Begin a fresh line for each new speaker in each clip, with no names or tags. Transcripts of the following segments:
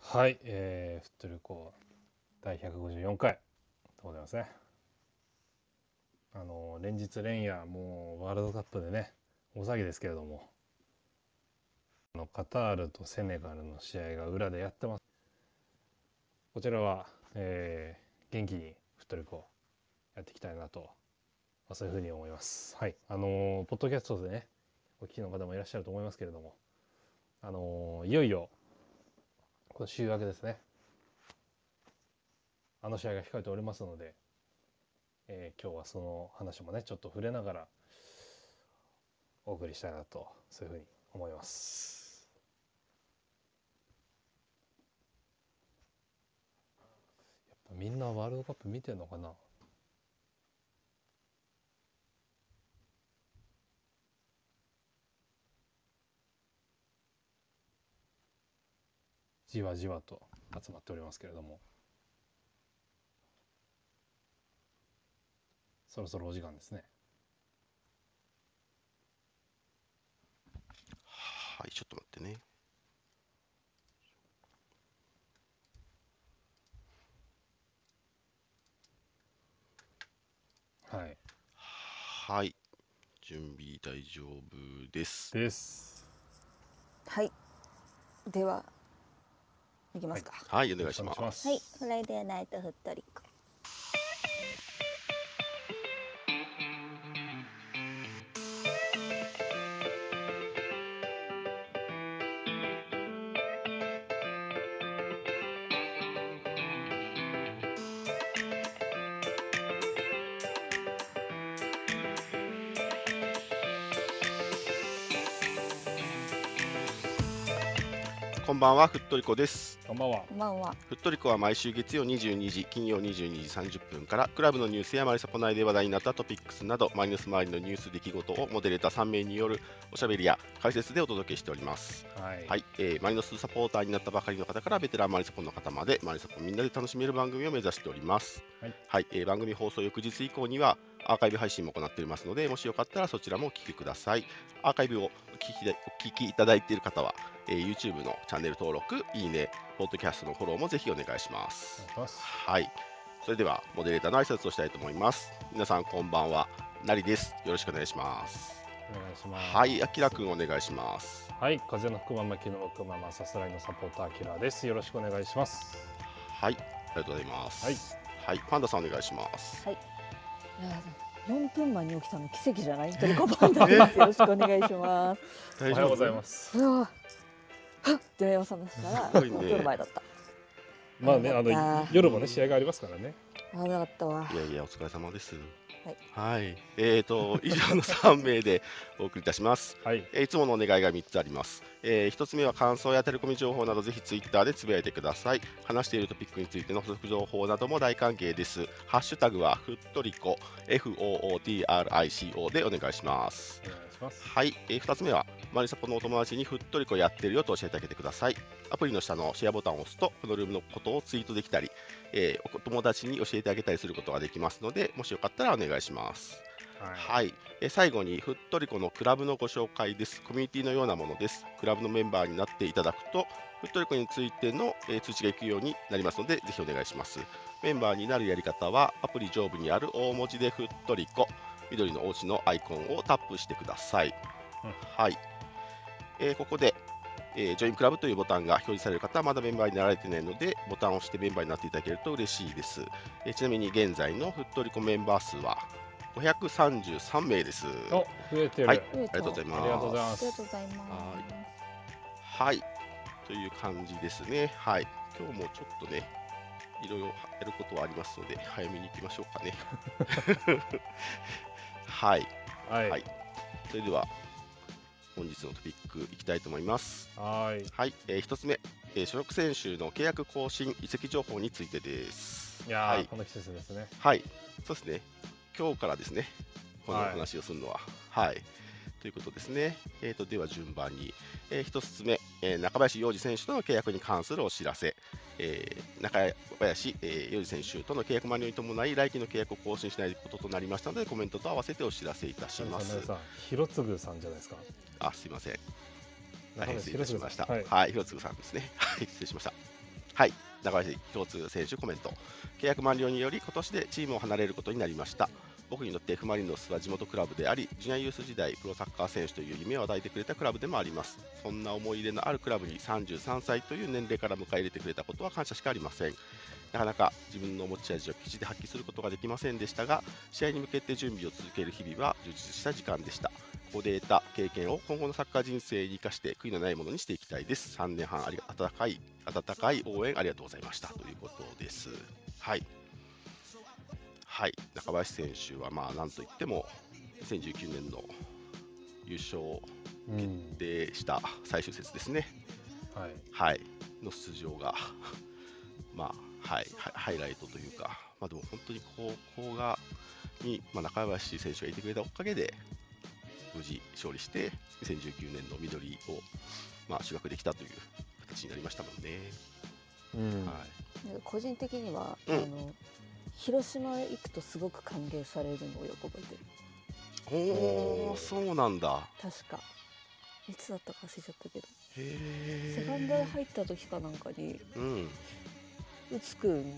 はい、えー、フットルコー第154回でございますね。あのー連日連夜もうワールドカップでね大騒ぎですけれどもあのカタールとセネガルの試合が裏でやってますこちらは、えー元気にフットルコーやっていきたいなと、まあ、そういうふうに思いますはいあのーポッドキャストでねお聞きの方もいらっしゃると思いますけれどもあのーいよいよこの週明けですねあの試合が控えておりますので、えー今日はその話もねちょっと触れながらお送りしたいなとそういうふうに思いますやっぱみんなワールドカップ見てんのかなじわじわと集まっておりますけれどもそろそろお時間ですね
はい、ちょっと待ってね。
はい
はい。準備大丈夫です。
です
はい。では。いきますか。
はい、お
お
願いします。
す
はい。フライデーナイトフットリコ。
こんばんは、ふっとりこです。
こんばんは
こんばんは。
ふっとりこは毎週月曜22時、金曜22時30分から、クラブのニュースやマリサポ内で話題になったトピックスなど、マイナス周りのニュース出来事をモデレーター3名によるおしゃべりや解説でお届けしております。
はい、
はい、えーマリノスサポーターになったばかりの方からベテランマリサポの方までマリサポみんなで楽しめる番組を目指しております。
はい、
えー番組放送翌日以降にはアーカイブ配信も行っておりますので、もしよかったらそちらもお聞きください。アーカイブをお聞きでお聞きいただいている方は、えー YouTube のチャンネル登録、いいね、ポッドキャストのフォローもぜひお願いしま
お
す
願い。します
はい、それではモデレーターの挨拶をしたいと思います。皆さんこんばんは、なりです。よろしくお願いします。
お願いします
はい、あきらくんお願いします。
はい、風の吹くまま、気の吹くまま、さすらいのサポーター、キラーです。よろしくお願いします。
はい、ありがとうございます。
はい、
はい、パンダさんお願いします。
いや4分前に起きたの奇跡じゃ ない。トリコパンダです。よろしくお願いします。
お
おはようございます。
うわ。はっ。電話を覚ました
す
ら
ごいね
4分前だった。
まあね、あ
よかっ
の
た
夜もね、試合がありますからね。
危なかったわ
い。やいや、お疲れ様です。
はい
はい、えーと、 以上の3名でお送りいたします。
はい、
えーいつものお願いが3つあります。え1つ目は感想やテレコミ情報など、ぜひツイッターでつぶやいてください。話しているトピックについての補足情報なども大歓迎です。ハッシュタグはふっとりこ、FOOTRICO でお願いします。
お願いします。
はい、えー、2つ目はマリサポのお友達にふっとりこやってるよと教えてあげてくださいアプリの下のシェアボタンを押すとこのルームのことをツイートできたり、えーお友達に教えてあげたりすることができますのでもしよかったらお願いします
はい、
はい、えー最後にふっとりこのクラブのご紹介ですコミュニティのようなものですクラブのメンバーになっていただくとふっとりこについての、えー通知がいくようになりますのでぜひお願いしますメンバーになるやり方はアプリ上部にある大文字でふっとりこ緑のお家のアイコンをタップしてください、
うん
はい、えーここで、えージョインクラブというボタンが表示される方はまだメンバーになられてないのでボタンを押してメンバーになっていただけると嬉しいです、えーちなみに現在のふっとりこメンバー数は533名です
お、増えてる。
はい
あ
あ
あ
り
りがとうございま
り
す
がとうございま
ありがと
す
う。ございます。
はい。という感じですね。はい。今日もちょっとね、いろいろやることはありますので、早めに行きましょうかね。はい。
はい、は
はいい、それでは、本日のトピックいきたいと思います。
はい、
はい。えー、1つ目、えー所属選手の契約更新、移籍情報についてです。
いやー、
はい。
この季節ですね。
はい。そうですね。今日からですね。このお
はい
話をするのは。はい。ということですね。えー、とでは順番に、え1つ目、えー中林洋二選手との契約に関するお知らせ、えー中林、えー洋二選手との契約満了に伴い、来期の契約を更新しないこととなりましたので、コメントと合わせてお知らせいたし
さん、
ま
皆
す。
さん、広次さんじゃないですか。
あ、すいません。大変失礼いたしました。
は
はいい、、広次さんですね。はい、失礼しました。はい、中林共通選手コメント。契約満了により、今年でチームを離れることになりました。僕にとって F ・マリノスは地元クラブであり、ジュニアユース時代、プロサッカー選手という夢を与えてくれたクラブでもあります。そんな思い入れのあるクラブに33歳という年齢から迎え入れてくれたことは感謝しかありません。なかなか自分の持ち味を基地で発揮することができませんでしたが、試合に向けて準備を続ける日々は充実した時間でした。ここで得た経験を今後のサッカー人生に生かして悔いのないものにしていきたいです。3年半あり温かい温かい応援ありがとうございましたということです。はい。はい、中林選手はまあなんといっても2019年の優勝
うん、
でした最終節ですね。
はい、
はい、の出場が、 まあはい、ハイハイライトというか、まあ、でも本当にこうここがに、まあ、中林選手がいてくれたおかげで、無事勝利して、2019年の緑を、まあ、収穫できたという形になりましたもんね。
うん
は
なんか個人的には、
うん
あの広島へ行くとすごく歓迎されるのをよく覚えてる
い、お
お
お、
ー
そうなんだ。
確かいつだったか忘れちゃったけど、
へ
セカンドへ入った時かなんかに
うん、
うつくん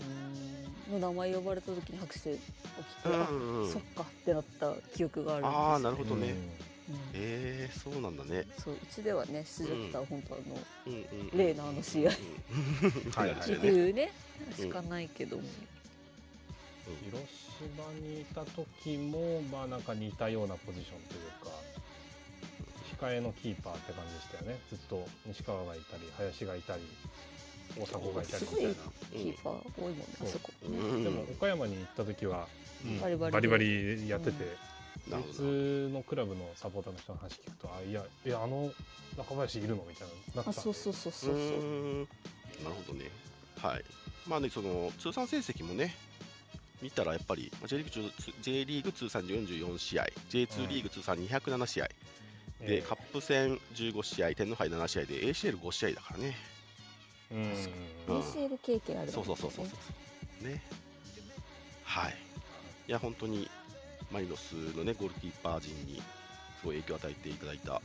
の名前呼ばれた時に拍手を聞いて、
うん
あ
うんうん
そっかってなった記憶があるんですよ
ああ、なるほど
う
ね。
ん
うん
ええそうなんだね。
そううちではね出場した本当あの、
うんうんうん、
例のあの試合
うんうん
はい
なるほど
聞
ね
くねしかないけども、
うん
広島にいた時もまあなんか似たようなポジションというか控えのキーパーって感じでしたよねずっと西川がいたり林がいたり大迫がいたりみたい
キーパー多いもんね、
うん
あそこ、
う
ね
ん
なでも岡山に行った時は、
うん
バリバリで
バリバリやってて、
なる
普
ほど
通のクラブのサポーターの人の話聞くとあいやいやあの中林いるのみたいななっ
あ
てた
そうそうそうそうそう
うーんなるほどね。はい。まあね、その通算成績もね、見たらやっぱりまあ J リーグちょうどつ J リーグ通算44試合、
う
J2
ん
リーグ通算207試合、
え
で
え
カップ戦15試合、天皇杯7試合で ACL5 試合だからね。
うん
確
うん
ACL 経験ある
そうそうそうそうそうそう。ね。はい。いや本当にマリノスのねゴールキーパー陣にすごい影響を与えていただいた。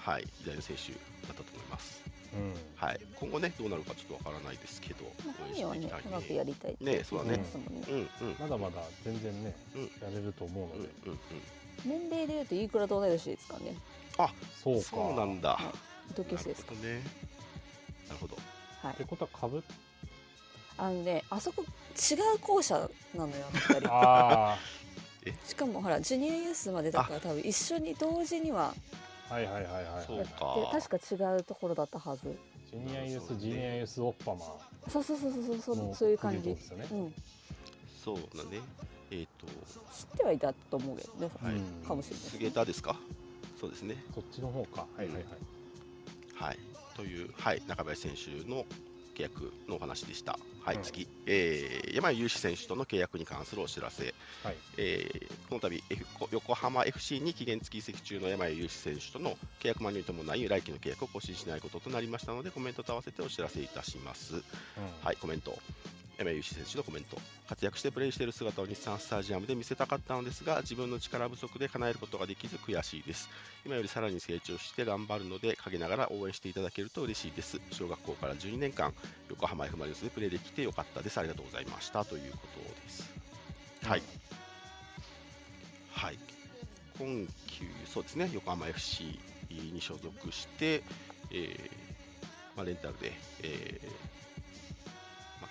はい、偉大な選手だったと思います。
うん
はい、今後ね、どうなるかちょっとわからないですけど、
まあ
応援し
本人
て
はい
きたいね
ね長くやりたいって
ねそう
だね
言ってますもんね
うんうん
まだまだ全然ね、
うん
やれると思う
う
の
ん
で、
うん
年齢でいうといくらと同い年ですからね
そ
うん
うか
そうなんだ
はい同級生ですか
なるほどねなるほど
はい
ってことはかぶっ
あのねあそこ違う校舎なのよあ の二人
あ
しかもほらジュニアユースまでだから多分一緒に同時には
あはいはいはいはいはい
そう
で
か
確か違うところだったはず
ジュニアユー
そう
ス、
ね
ジュニアユースオッパマ
そうそうそうそうそうそう
の
そういう感
国
じ
々ですよね
う。ん
そうだねえっ、と
知ってはいたと思うけどね、
はい
うん
かもしれない
杉田ですかそうですね
そっちの方か。はいはいはい。
はいというはい中林選手の契約のお話でしたはい、
うん
次、えー、山井雄志選手との契約に関するお知らせ
はい。
えーこの度、F 横浜 FC に期限付き移籍中の山井雄志選手との契約満了に伴い来期の契約を更新しないこととなりましたのでコメントと合わせてお知らせいたします
うん
はい、コメント。山井優志選手のコメント活躍してプレーしている姿を日産スタジアムで見せたかったのですが自分の力不足で叶えることができず悔しいです今よりさらに成長して頑張るので陰ながら応援していただけると嬉しいです小学校から12年間横浜 F ・マリノスでプレーできてよかったですありがとうございましたということですはい、はい、今季、そうですね、横浜 FC に所属して、えーまあ、レンタルで、えーまあ、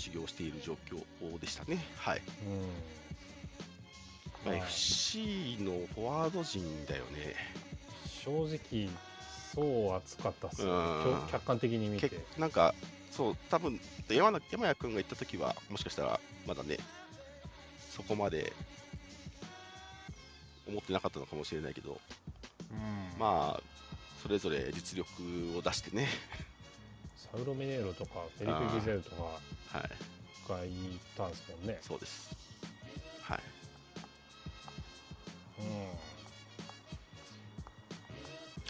修行している状況でしたね、はいまあ
はい
FC のフォワード陣だよね、
正直そう暑かったっすね。
うん
客客観的に見て。
けなんか、そう、多分山名山谷君が行った時は、もしかしたらまだね、そこまで思ってなかったのかもしれないけど、
うん
まあ、それぞれ実力を出してね、
サウロミネーロとかフェリペ・ギゼルとか
はい、
がいたんですもんね。
そうです。はい。
うん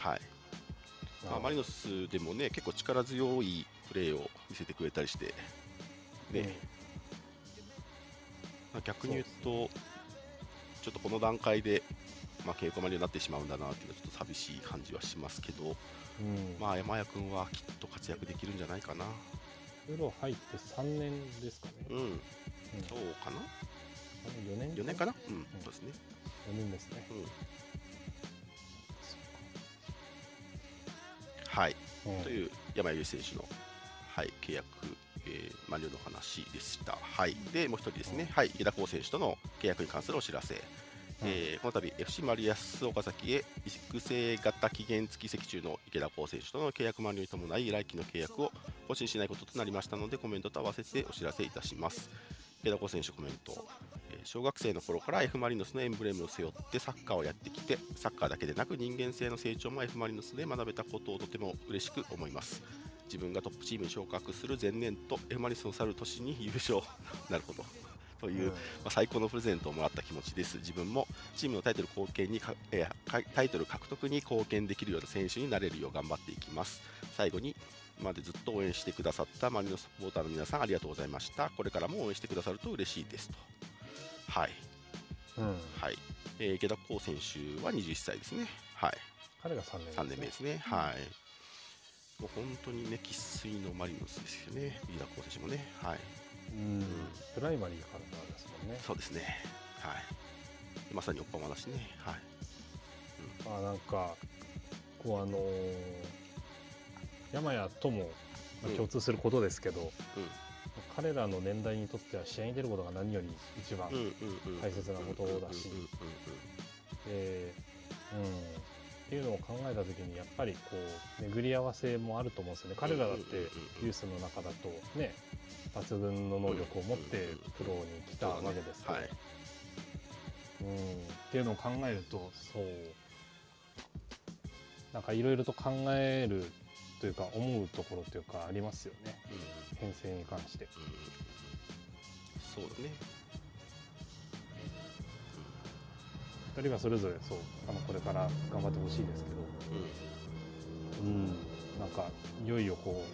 はい。まあ、マリノスでもね、結構力強いプレーを見せてくれたりして、ね、まあ逆に言うと、ちょっとこの段階で、まあ、稽古までになってしまうんだなっていうのはちょっと寂しい感じはしますけど、
うん
まあ、山谷君はきっと活躍できるんじゃないかな。
プロ入って3年ですかね、
うん、
うん
そうかな
4年
4年かなうん、そうですね。
4年ですね、
うんはい、
うん
という山井選手の、はい、契約、えー満了の話でした。はい、でもう一人ですね、はい、江田光選手との契約に関するお知らせ、えーこの度 FC マリアス岡崎へ移籍性型期限付き移籍中の池田光選手との契約満了に伴い来期の契約を更新しないこととなりましたのでコメントと合わせてお知らせいたします。池田光選手コメントえー小学生の頃から F ・マリノスのエンブレムを背負ってサッカーをやってきてサッカーだけでなく人間性の成長も F ・マリノスで学べたことをとても嬉しく思います自分がトップチームに昇格する前年と F ・マリノスを去る年に優勝 なるほどという、まあ最高のプレゼントをもらった気持ちです自分もチームのタイトル貢献にか、えーかタイトル獲得に貢献できるような選手になれるよう頑張っていきます最後に今までずっと応援してくださったマリノスサポーターの皆さんありがとうございましたこれからも応援してくださると嬉しいですとはい
うんうん
はい、えー池田光選手は21歳ですね。はい、
彼が3年
3年目ですね。はい。もう本当にね、生粋のマリノスですよね。池田光選手もね。はい、
うんプライマリーからなんですもんね
そうですね。はい。まさにおっぱまだしね。はい。
まあなんかこうあのー山谷ともまあ
うん
共通することですけど、
うん
彼らの年代にとっては試合に出ることが何より一番、
うんうんうん
大切なことだし
うんうんうん
でうん、っていうのを考えた時にやっぱりこう巡り合わせもあると思うんですよね彼らだっ
うんうん
て
うんうん
ユースの中だとね抜群の能力を持ってプロに来たわけですから、
はい。
うん、っていうのを考えるとそうなんかいろいろと考えるというか思うところというかありますよね
うんうん
編成に関して。
うんそうだね。
2人はそれぞれそうあのこれから頑張ってほしいですけど、う
う
ん、なんかいよいよこ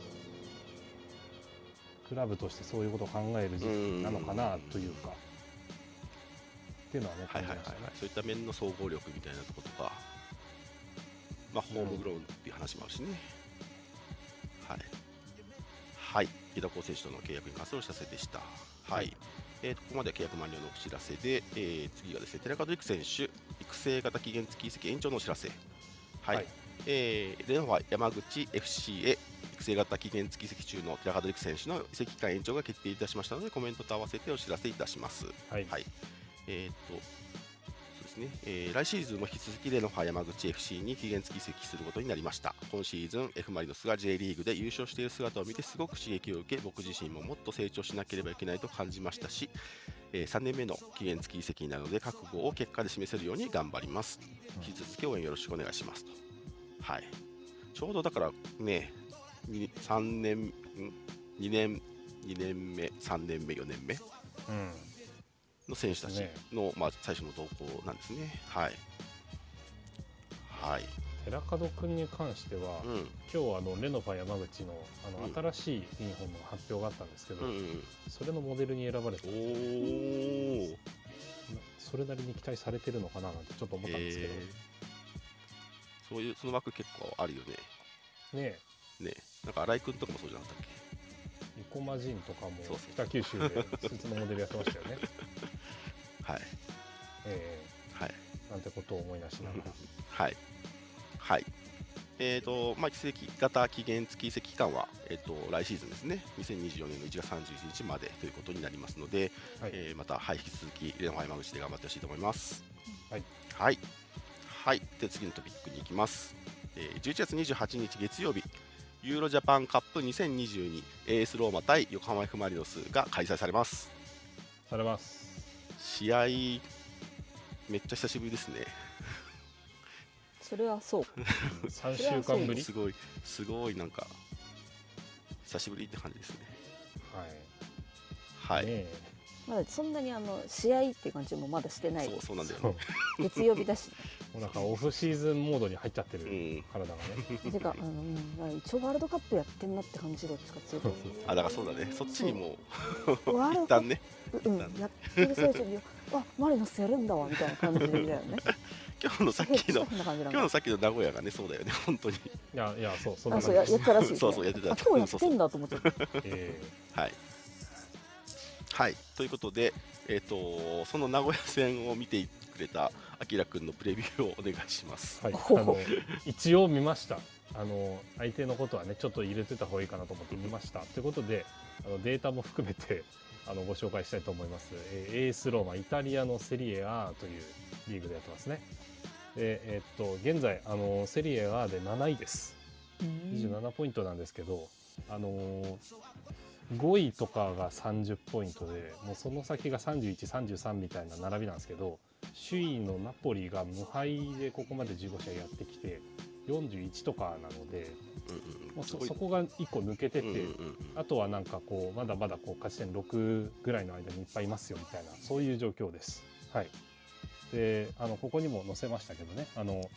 うクラブとしてそういうことを考える時期なのかなというか、っていうのはね
ん。は
感
い
じ
はいはい
ま
は
したね。。
いそういった面の総合力みたいなとことか、まあ、ホームグローンっていう話もあるしね。はい。はい。池田光選手との契約に関するお知らせでした。はい。
はい
えーここまでは契約満了のお知らせで、えー次はですね、寺門陸選手、育成型期限付き移籍延長のお知らせ。はい。
はい
えーレノファ山口 FC へ育成型期限付き移籍中の寺門陸選手の移籍期間延長が決定いたしましたので、コメントと合わせてお知らせいたします。
はい
はいえーっとそうですね、えー来シーズンも引き続きレノファ山口 FC に期限付き移籍することになりました今シーズン F ・マリノスが J リーグで優勝している姿を見てすごく刺激を受け僕自身ももっと成長しなければいけないと感じましたし、え3年目の期限付き移籍になるので覚悟を結果で示せるように頑張ります
うん
引き続き応援よろしくお願いしますとはいちょうどだからねに3年ん2年2年目3年目4年目
うん
の選手たち
ね
の、まあ、最初の投稿なんですね。はい。はい。
寺門君に関しては、
うん。
今日あのレノファ山口のあ
うん
の新しいユニフォームの発表があったんですけど、
うんうん。
それのモデルに選ばれて
おー。
それなりに期待されてるのかななんてちょっと思ったんですけど、
えーそういう、その枠結構あるよね。
ね
ね。なんか新井君とかもそうじゃなかったっ
生駒陣とかも
そうそう
北九州でス ーツのモデルやってましたよね。
けはい。
え
はい。
ーなんてことを思い出しながら。
はい。はい。えーとまあ、移籍型期限付き移籍期間は、えー、と来シーズンですね、2024年の1月31日までということになりますので、
はい、
えーまた、はい、引き続き、レノファ山口で頑張ってほしいと思います。
はい、
はい、はい、で次のトピックに行きます。えー、11月28日月曜日、ユーロジャパンカップ 2022AS ローマ対横浜 F ・マリノスが開催されます。
されます。
試合、めっちゃ久しぶりですね。
それはそう。
三週間ぶり。
すごい、すごい、なんか、久しぶりって感じですね。は
はい。
い、
ね
まだそんなにあの試合って感じもまだしてない
そう。そうなんだよ
そ
ね
う。
月曜日 だし。
もうなんかオフシーズンモードに入っちゃって
う
る
ん、
体がね。
てかあの、うん、一応ワールドカップやってんなって感じどっちかっていうと。
あだからそうだね、そっちにもう
ワール
一
ドカ
旦
ッ
ね、
プ、うん、やってる最中に、あ、マリノスやるんだわみたいな感じだよね。
今日のさっきの
そんな感じな
今日
んだ
のさっきの名古屋がねそうだよね本当に
いやいやそうそんな感
あ、そう
じで
やや
す
ってたらしい、ね。
そうそうやってた
あ今日やってんだと思っちゃった。
え
はいはいということでえっ、とその名古屋戦を見てくれたあきらくんのプレビューをお願いします
えはい
ほう
あの一応見ましたあの相手のことはねちょっと入れてた方がいいかなと思って見ましたということであのデータも含めてあのご紹介したいと思います、えー、エースローマイタリアのセリエ A というリーグでやってますねでえーっと現在あのセリエ A で7位です27ポイントなんですけど、あのー5位とかが30ポイントでもうその先が3133みたいな並びなんですけど首位のナポリが無敗でここまで15試合やってきて41とかなので
うんうん
もう
す
そ
ごい
そこが1個抜けて
う
て、
んうんうん
あとはなんかこうまだまだこう勝ち点6ぐらいの間にいっぱいいますよみたいなそういう状況です。はい、であのここにも載せましたけどねあの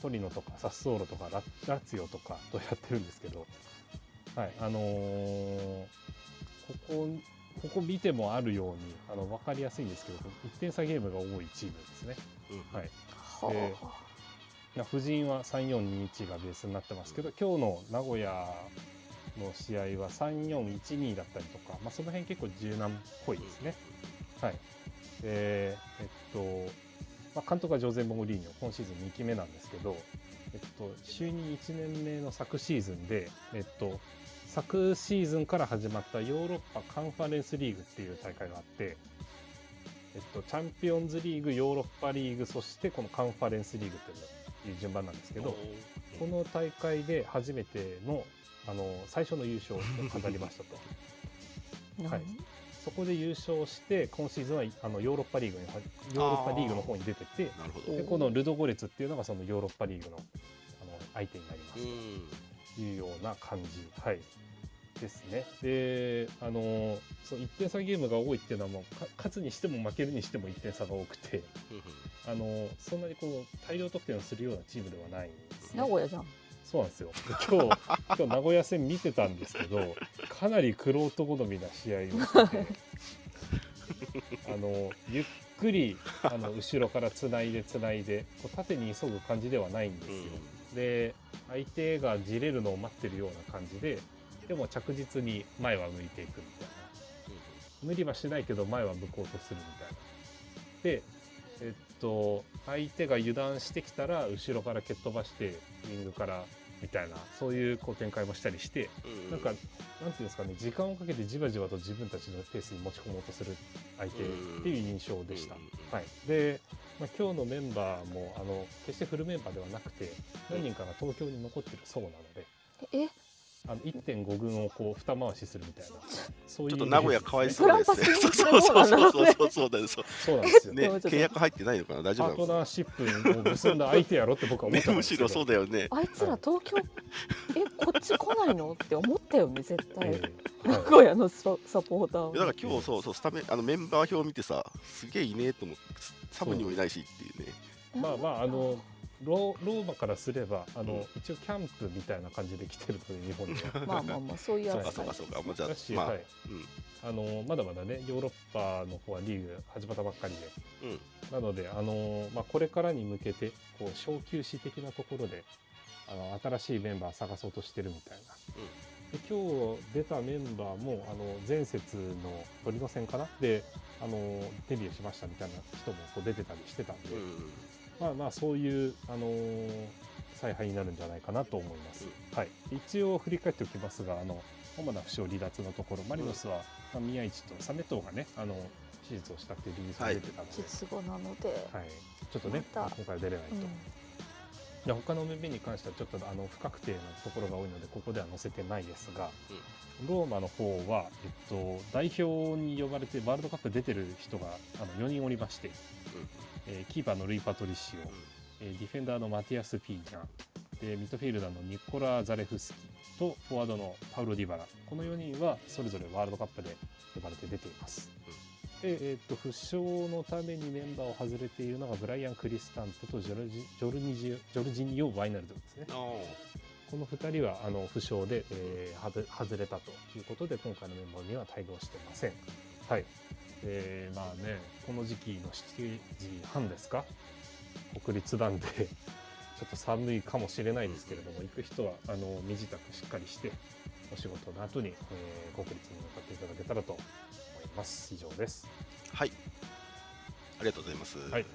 トリノとかサッソーロとかララツィオとかとやってるんですけど、はいあのーここここ見てもあるようにあの分かりやすいんですけど1点差ゲームが多いチームですね。
うん
はい
はあ
まあ夫人は3421がベースになってますけど今日の名古屋の試合は3412だったりとか、まあ、その辺結構柔軟っぽいですね。はい、でえっと、まあ、監督はジョゼ・モーリーニョ今シーズン2期目なんですけど、えっと、就任1年目の昨シーズンで、えっと、昨シーズンから始まったヨーロッパカンファレンスリーグっていう大会があって、えっと、チャンピオンズリーグヨーロッパリーグそしてこのカンファレンスリーグっていう順番なんですけどこの大会で初めてのあの最初の優勝を飾りましたと。
何
はいそこで優勝して今シーズンはあのヨーロッパリーグに入ヨーロッパリーグの方に出てって
なるほど
でこのルドゴレツっていうのがそのヨーロッパリーグのあの相手になります
うん
というような感じ、はい、ですね。であのそう1点差ゲームが多いっていうのはもうか勝つにしても負けるにしても1点差が多くて
うんうん
あのそんなにこう大量得点をするようなチームではないんです、ね。
名古屋じゃん。
そうなんですよ。今日、 今日名古屋戦見てたんですけど、かなり玄人好みな試合をしてて、あの、ゆっくり、あの、後ろからつないでつないで、こう縦に急ぐ感じではないんですよ。で、相手がじれるのを待ってるような感じで、でも着実に前は向いていくみたいな。無理はしないけど前は向こうとするみたいな。でえっと相手が油断してきたら後ろから蹴っ飛ばしてウィングからみたいなそういうこう展開もしたりして
うんうう
なんかなんていうんですかね時間をかけてじわじわと自分たちのペースに持ち込もうとする相手っていう印象でした
うん。うんうん
はい、で、まあ、今日のメンバーもあの決してフルメンバーではなくて何人かが東京に残ってるそうなので
え、
あの1.5軍をこう二回しするみたいなそういう
ちょっと名古屋かわい
イメージですね
そうですね。
グランパス
そうそうそうそうそうそうだよそう
そうなん ですよ。
ね
でもちょっと
契約入ってないのかな大丈
パ
夫
ー
な
ト
のか
ナーシップを結んだ相手やろって僕は
な。
思ったん
ねむ
です
し
けど
ろそうだよね。
あいつら東京。 え、こっち来ないのって思ったよね、絶対。
ええ
名
はい
古屋のササポータ
いやだ
ー
から今日そうそうスタメンあのメンバー表を見てさすげえいねえと思ってサブにもいないしっていうね。
を。
まあまああのロローマからすればあの、
うん
一応キャンプみたいな感じで来てるので日本では。
まあまあまあ、そういう
あ
は
扱
そう
い
か。そうかもうじゃあ
だし、
まあ
はいあのまだまだねヨーロッパの方はリーグ始まったばっかりで
うん
なので、あのまあ、これからに向けてこう小休止的なところであの新しいメンバー探そうとしてるみたいな、で今日出たメンバーもあの前節の鳥の戦かなで、あのデビューしましたみたいな人もこう出てたりしてたんで、
うんうん
まあまあそういう、あの采配になるんじゃないかなと思います、はい、一応振り返っておきますがあの主な負傷離脱のところマリノスは、まあ、宮市とサメトがねあの手術をしたっていうリリースが出てたので、
術後なので。
はい、ちょっとね、
また
今回は出れないと。
うん
いや他の面々に関してはちょっとあの不確定なところが多いのでここでは載せてないですが、ローマの方は、えっと、代表に呼ばれてワールドカップ出てる人があの4人おりまして、えーキーパーのルイ・パトリシオ、えーディフェンダーのマティアス・ピーニャでミッドフィールダーのニコラ・ザレフスキとフォワードのパウロ・ディバラこの4人はそれぞれワールドカップで呼ばれて出ています、で、えーっと負傷のためにメンバーを外れているのがブライアン・クリスタンテとジョルジジョルニジジョルジニオ・ワイナルドですね
あ
この2人はあの負傷で、えーはず外れたということで今回のメンバーには帯同していません。はい、えーまあねこの時期の7時半ですか国立なんで ちょっと寒いかもしれないですけれども行く人はあの身支度しっかりしてお仕事の後に、えー国立に向かっていただけたらと思います以上です
はい。ありがとうございます。
はい。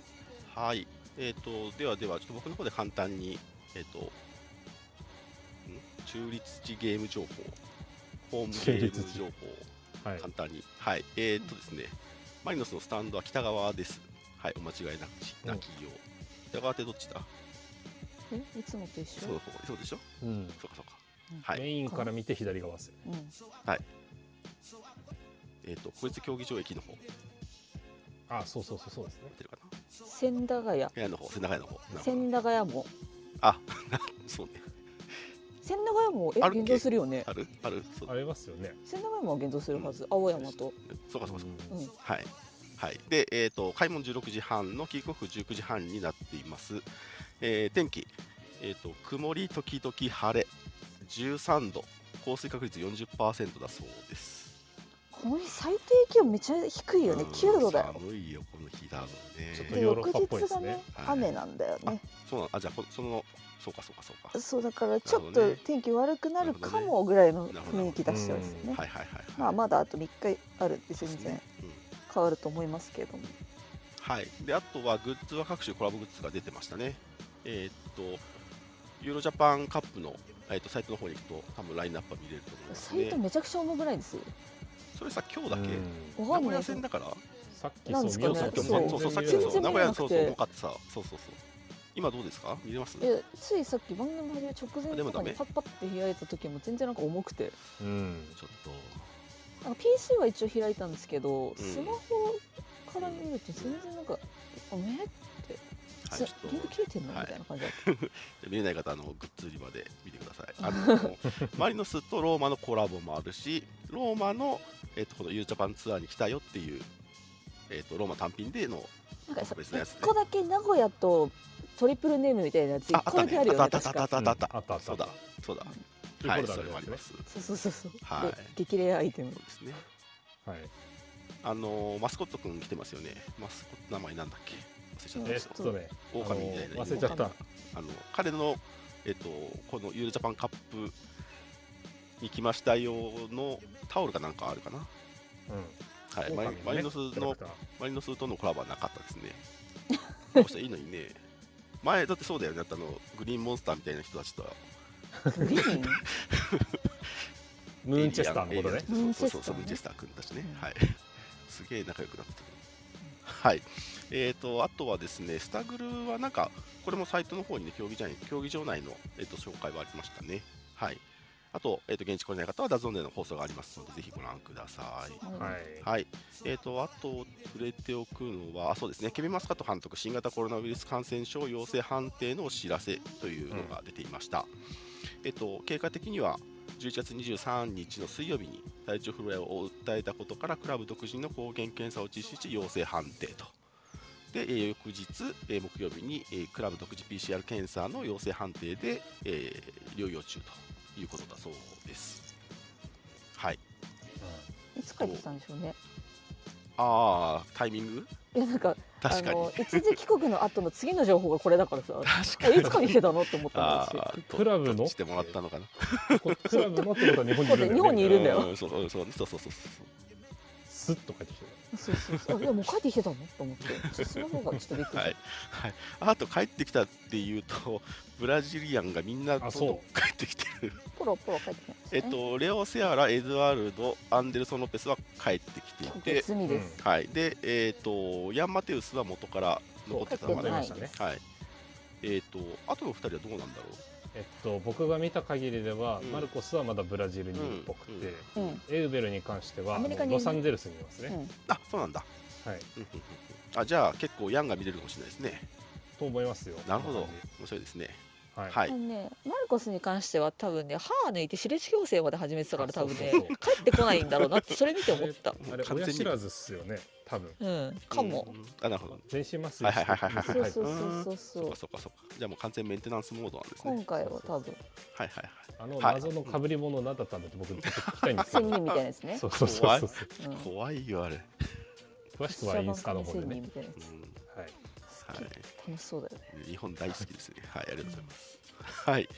はいえっ、と、ではでは、ちょっと僕の方で簡単に、えっ、と、ん中立地ゲーム情報、ホームゲーム情報、
はい
簡単に。はい。えっ、とですね、マリノスのスタンドは北側です。はい、お間違いなき
うん
なきよう。北側ってどっちだ
えいつもと一
そう
緒。
そうでしょ
うん
そうかそうか
うん。
はい。
メインから見て左側ですよね
うん。
えっ、と、国立競技場駅の方、見
あそうそうそうそうですね
てるかな
千駄ヶ谷。
部屋の方、背中屋の方。なるほど
千駄ヶ谷も。
あ、そうね。
千駄ヶ谷もえ
あるっけ
現像するよね。
あるあるそう
ありますよね
千駄ヶ谷も現像するはず。青山と。
そうかそうかそうか。
うん
うん。
はい。はい、で、えーと、開門16時半のキックオフ19時半になっています。えー天気、えーと、曇り時々晴れ、13度、降水確率40%だそうです。
この日最低気温めちゃ低いよね。
うん
9度だよ。
寒いよ、この日だも
ちょっ
ん
と
で
ね。
ヨーロ
翌
ッパっぽいです
日が
ね
ね
はい
雨なんだよね。
そうなのあ、じゃあ、こその、そうかそうかそうか。
そうだからちょっ
なるほど
と
ね
天気悪くなるかもぐらいの雰囲気出してますよ
なるほど
ね
は。いはいはい、はい。
まあまだあと3日あるんで
そう
全
です
然
ねうん
変わると思いますけれども。
はい、であとはグッズは各種コラボグッズが出てましたね。えーっとユーロジャパンカップの、えーっとサイトの方に行くと多分ラインナップは見れると思います
サイ
ね
ト。めちゃくちゃ重くないです。
それさ今日だけ、
うん
名
わか
古
んない
屋
です
戦だから。
さっき
なん
そう
です
見
か
よ
ね
うと
そ
思っ
うそ
ても
うそう
全
そ
然
うそうさっ
見え
き
な
そう
い
そう名古屋そうそう
全然見えなくて
多かったさそうそうそう。今どうですか見れます？
いやついさっき番組始める直
あ
前
でも
と
ダ
か
メ
にパッパッて開いた時も全然なんか重くて
うん
ちょっと
なんか PC は一応開いたんですけど、スマホから見ると全然なんか「おめえ
はい
つ
ちょっと
リンク切れてんの?」
はい
みたいな感じだっ
見れない方はあのグッズ売り場で見てください。あのマリノスとローマのコラボもあるし、ローマのえーっとこのユーロジャパンツアーに来たよっていうえーっとローマ単品での
た、なんかさ
別のやつね
1個だけ名古屋とトリプルネームみたいなやつ
ああ
1
っ
個
た
だけ
ね。
あるよ
あっ
ね
たあった
確
あっ
か
たあったあった。
あったあった
そうだそうだ。
という
は
こ
い、
と
そ
で
れもあります。
そうそうそうそう、
はい
で激レアアイテム
そうですね。
はい
あのーマスコットくん来てますよね。マスコット名前なんだっけ？忘れちゃったん
え
で
っ
すよ。
とねあの
狼みたいな
忘れちゃった
あの彼のえっとこのユーロジャパンカップに来ましたよのタオルかなんかあるかな。はい。マリマリノスのマリノスとのコラボはなかったですね。どうしたらいいのにね。前だってそうだよね。だってあのグリーンモンスターみたいな人たちと は
グリーン
ムーンチェスターのことね
エイリアンエイリアンそうそうそう、ムー
ムー
ンチェ
ンチェ
ス
ス
ター君たちね
うん。
はい。すげえ仲良くなってたね。はい。えっ、と、あとはですね、スタグルはなんか、これもサイトの方にね、競技場内競技場内の、えー、と紹介はありましたね。はい。あと、えっ、と、現地来れない方は、ダゾーンでの放送がありますので、ぜひご覧ください。
はい
はい、えー、とあと触れておくのは、あそうですね、ケビン・マスカット監督、新型コロナウイルス感染症陽性判定のお知らせというのが出ていました。えっと経過的には11月23日の水曜日に体調不良を訴えたことからクラブ独自の抗原検査を実施し陽性判定と。でえー翌日、えー木曜日に、えークラブ独自 PCR 検査の陽性判定で、えー療養中ということだそうです。はい、
いつ帰ってきたんでしょうね
あー、タイミング
いやなんか
確か
あ
に。
の一時帰国の後の次の情報がこれだからさ
確
えいつ帰ってたのって思ったん
あ
ですよ
ーと
クラブの
どっちでもらったのかな。
うんクラブのってことは日本にいるんだよね
日本にいるんだよ
うそうそうそうそうそうそうそ
スッと帰ってきてる
そうそうそう。あいやもう帰ってきてたのと思って。その方がちょっとびっく
う。
り
は
し
いはい。あと帰ってきたっていうとブラジリアンがみんな
あ
どんどん
そ
帰ってきてる。
た。ポロポロ帰ってきました、
え
ね。
っとレオセアラ、エドワルド、アンデルソンロペスは帰ってきていて、
罪です。
はい。でえっとヤンマテウスは元から残ってた
そう
ま
帰っ
で。
て
は
ま
い
したね。
えっとあとの二人はどうなんだろ
えっと僕が見た限りでは
うん
マルコスはまだブラジルにいるっぽくて
うん。
エウベルに関してはあ
アメリカ
の
に
ロサンゼルスにいますね
うん。
う。あそうなんだ。
はい
うんうんうんあじゃあ結構ヤンが見れるかもしれないですね。
と思いますよ
なるほど
こんな感
面白いですね。
じはい
はい
あ。のね、マルコスに関しては多分ね、歯抜いて歯列矯正まで始めてたから多分ね
あそうそうそう、
帰ってこないんだろうなってそれ見て思った。
あれ
完全に
親知らずっすよね多分
うん、かも
う。ん。あなるほど。
全身麻酔して
はいはいはいはい
そうそううんそ
そ
うそうそう
うか。そうかそうか。じゃあもう完全メンテナンスモードなんですね。
今回は多分
はいはいはい。
あの謎の被り物何だったんだって僕ちょっと聞きたいんですけ
千
ど
人みたいなですね。
そうそうそうそう
うん
怖いよあれ。
詳しくはインスタの方でね
みたいなや
う
つ
ん
はい
好き楽しそうだよね
日本大好きですね。はい、ありがとうございます。はい。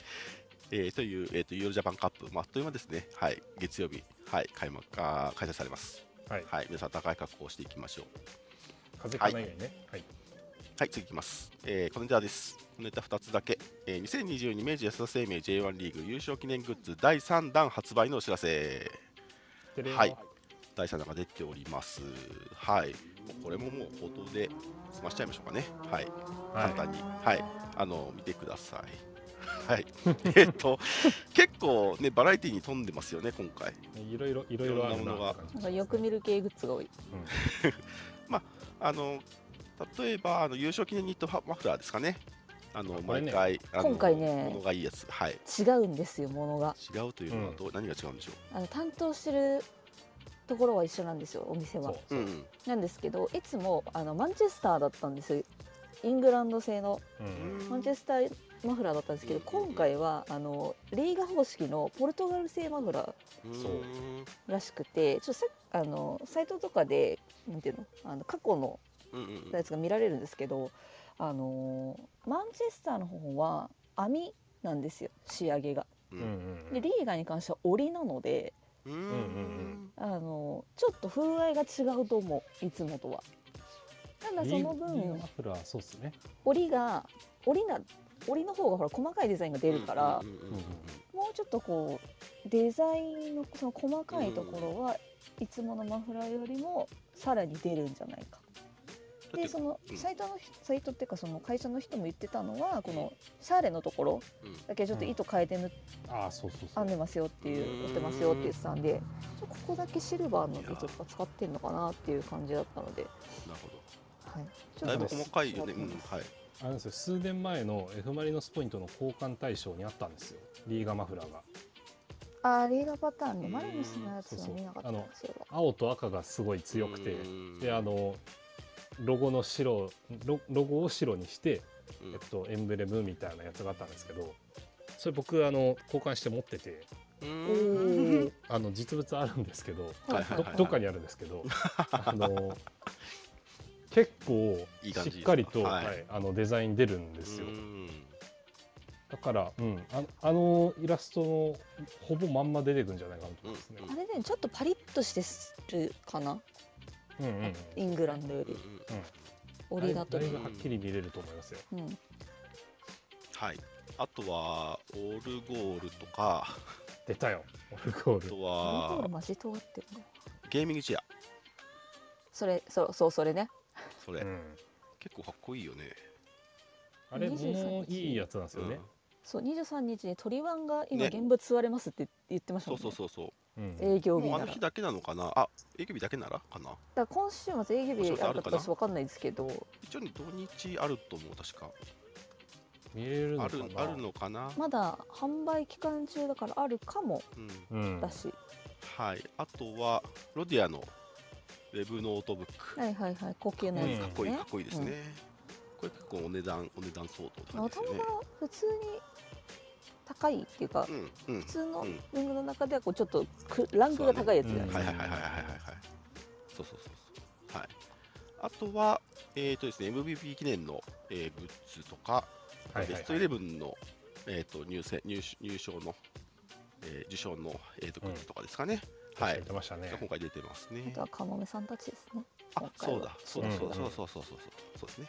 えーという、えーと、ユーロジャパンカップ、まああっという間ですね。はい、月曜日、はい、開幕、あー開催されます。
はい
はい、皆さん、高い格好をしていきましょう。
風邪かないようにねはい
はい、次いきます。えー、このネタです。このネタ2つだけ。えー、2022明治安田生命 J1 リーグ優勝記念グッズ第3弾発売のお知らせ。
テレビ
はい第3弾が出ております。はい。もうこれももう口頭で済ましちゃいましょうかね。はい。簡
は
単に、はい、あの見てください。 はい、えっと、結構ね、バラエティに富んでますよね、今回。
いいろいろいろいろある
いろんなもの
な
が
って感じ
なんかよく見る系グッズが多い
あの例えばあの優勝記念ニットマフラーですかね。あの
これ
毎
ね
回、あの
今回ね
ものがいいやつ、はい。
違うんですよものが
違うというのはどう、何が違うんでしょ
あの担当してるところは一緒なんですよお店
そ
は
う
う。、
そううん
うん
なんですけどいつもあのマンチェスターだったんですよイングランド製の
うん
マンチェスターマフラーだったんですけど
うんうんうん
今回はあのレイガ方式のポルトガル製マフラー
うん
そう
らしくてちょっとさあのサイトとかでなんていうのあの過去の
うんうんうん
やつが見られるんですけどあのマンチェスターの方は網なんですよ仕上げが。
うんうんう
で
ん
リーガに関しては織なので
うんうん
ん
あのちょっと風合いが違うと思ういつもとは。ただその
リーグ
分
マフラーそうっすね
織が織な織の方がほら細かいデザインが出るから、
うんうんうんうん
もうちょっとこうデザインのその細かいところはいつものマフラーよりもさらに出るんじゃないか。
だ
で
って
その
うん
サイトの人サイトっていうかその会社の人も言ってたのはこのシャーレのところ
うん
だけちょっと糸変えて塗っ
ああそうそうそ
編ん
う
でますよっていう
うん
塗ってますよって言ってたんでちょここだけシルバーの糸とか使ってんのかなっていう感じだったので、
なるほ
はい、ち
ど。
ょ
だい
っ
ぶ
と
細かいよね。うん、はい。
あれですよ数年前の F ・マリノスポイントの交換対象にあったんですよリーガマフラーが
あリーガパターンのマリノスのやつは見なかったんですよ
青と赤がすごい強くて
うん
であ、のロゴの白ロロゴを白にして、
うん
えっと、エンブレムみたいなやつがあったんですけどそれ僕あの交換して持ってて
うん
あの実物あるんですけど
はい
ど
はいはい
どっかにあるんですけどあの結構
いい
し
感じですか
っかりと
はい
はいあのデザイン出るんですよ
うん
だから、うん、あのあのイラストのほぼまんま出てくんじゃないかなと思いますね
うん
あれねちょっとパリッとしてするかな
うんうんうん
イングランドより
うんうん
オリだと
だい
ね
ぶはっきり見れると思いますよ
うん
はい。あとは、オールゴールとか、
出たよオルゴ
あ
ール
と
マンホール
は、
マジ尖ってるの
ゲーミングチェア。
それそうそうそれね
それ、
うん
結構かっこいいよね。
あれも
23
ういいやつなんですよね。
そう23日に鳥ワンが
ね
今現場座れますって言ってました
そうん
もね
そうそうそう。
うん
営業日
もう
な
あの
らだ
日
か
だけなのかなあ、営業日だけならかな
ら今週末営業
もしかし
日
たら
あ
あ
る
る
か
かな
私分かんないですけど
一応に土日あると思う、確か。
見れる
あ
のか
る
な
あるのかな、
まだ販売期間中だからあるかも
うん。
うん
だし、
はい。あとは、ロディアのウェブノートブック。
はいはいはい高級なやつ
か
で
っ
す
こいい、
ね
かっ、こいいですね。これ結構お値段、お値段相当って感
ま
じ
あ
ですよ
頭
ね
が。普通に高いっていうか、
うん、うん
普。通の
うん
リングの中ではこうちょっとくランクが高いやつじゃないですか
はいはいはいはいはいはいはいそうそうそうそうはいあとはえっ、とですね MVP 記念の、えーグッズとか、
はいはい
ベ
は
ス
い
トイレブンのえっ、と入選入手入賞の、えー受賞のえっ、と
う
グ
ん
ッズとかですかね、は
はいい。出ましたね
が。今回出てますね
あとはカモメさんたちですね
あ
今回
そ
は
うだそうだそうだ
うん
そ
う
うんそうそうそうそうですね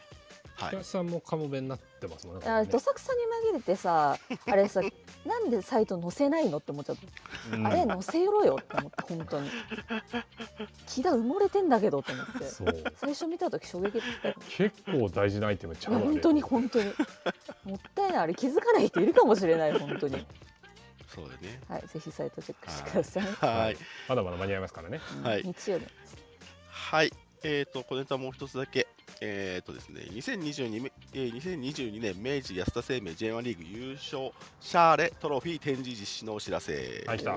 はい
北橋さんもカモメになってますもんね。こ
あ
れ
ど
ね
さくさに紛れてさ あれさなんでサイト載せないのって思っちゃった、あれ載せろよって思って本当に木田埋もれてんだけどって思って
うんそう。
最初見た時衝撃だったよ
結構大事なアイテムちゃ
いう
あ
や
れ
本当に本当にもったいないあれ気づかない人いるかもしれない本当に
そうだよね
はいぜひサイトチェックしてください、
は
はい
い
まだまだ間に合いますからね。
うん
はい
日曜日
はい。えー、と小ネタもう一つだけ、えーとですね、2022, めえー2022年明治安田生命 J1 リーグ優勝シャーレトロフィー展示実施のお知らせ、
はい、来た。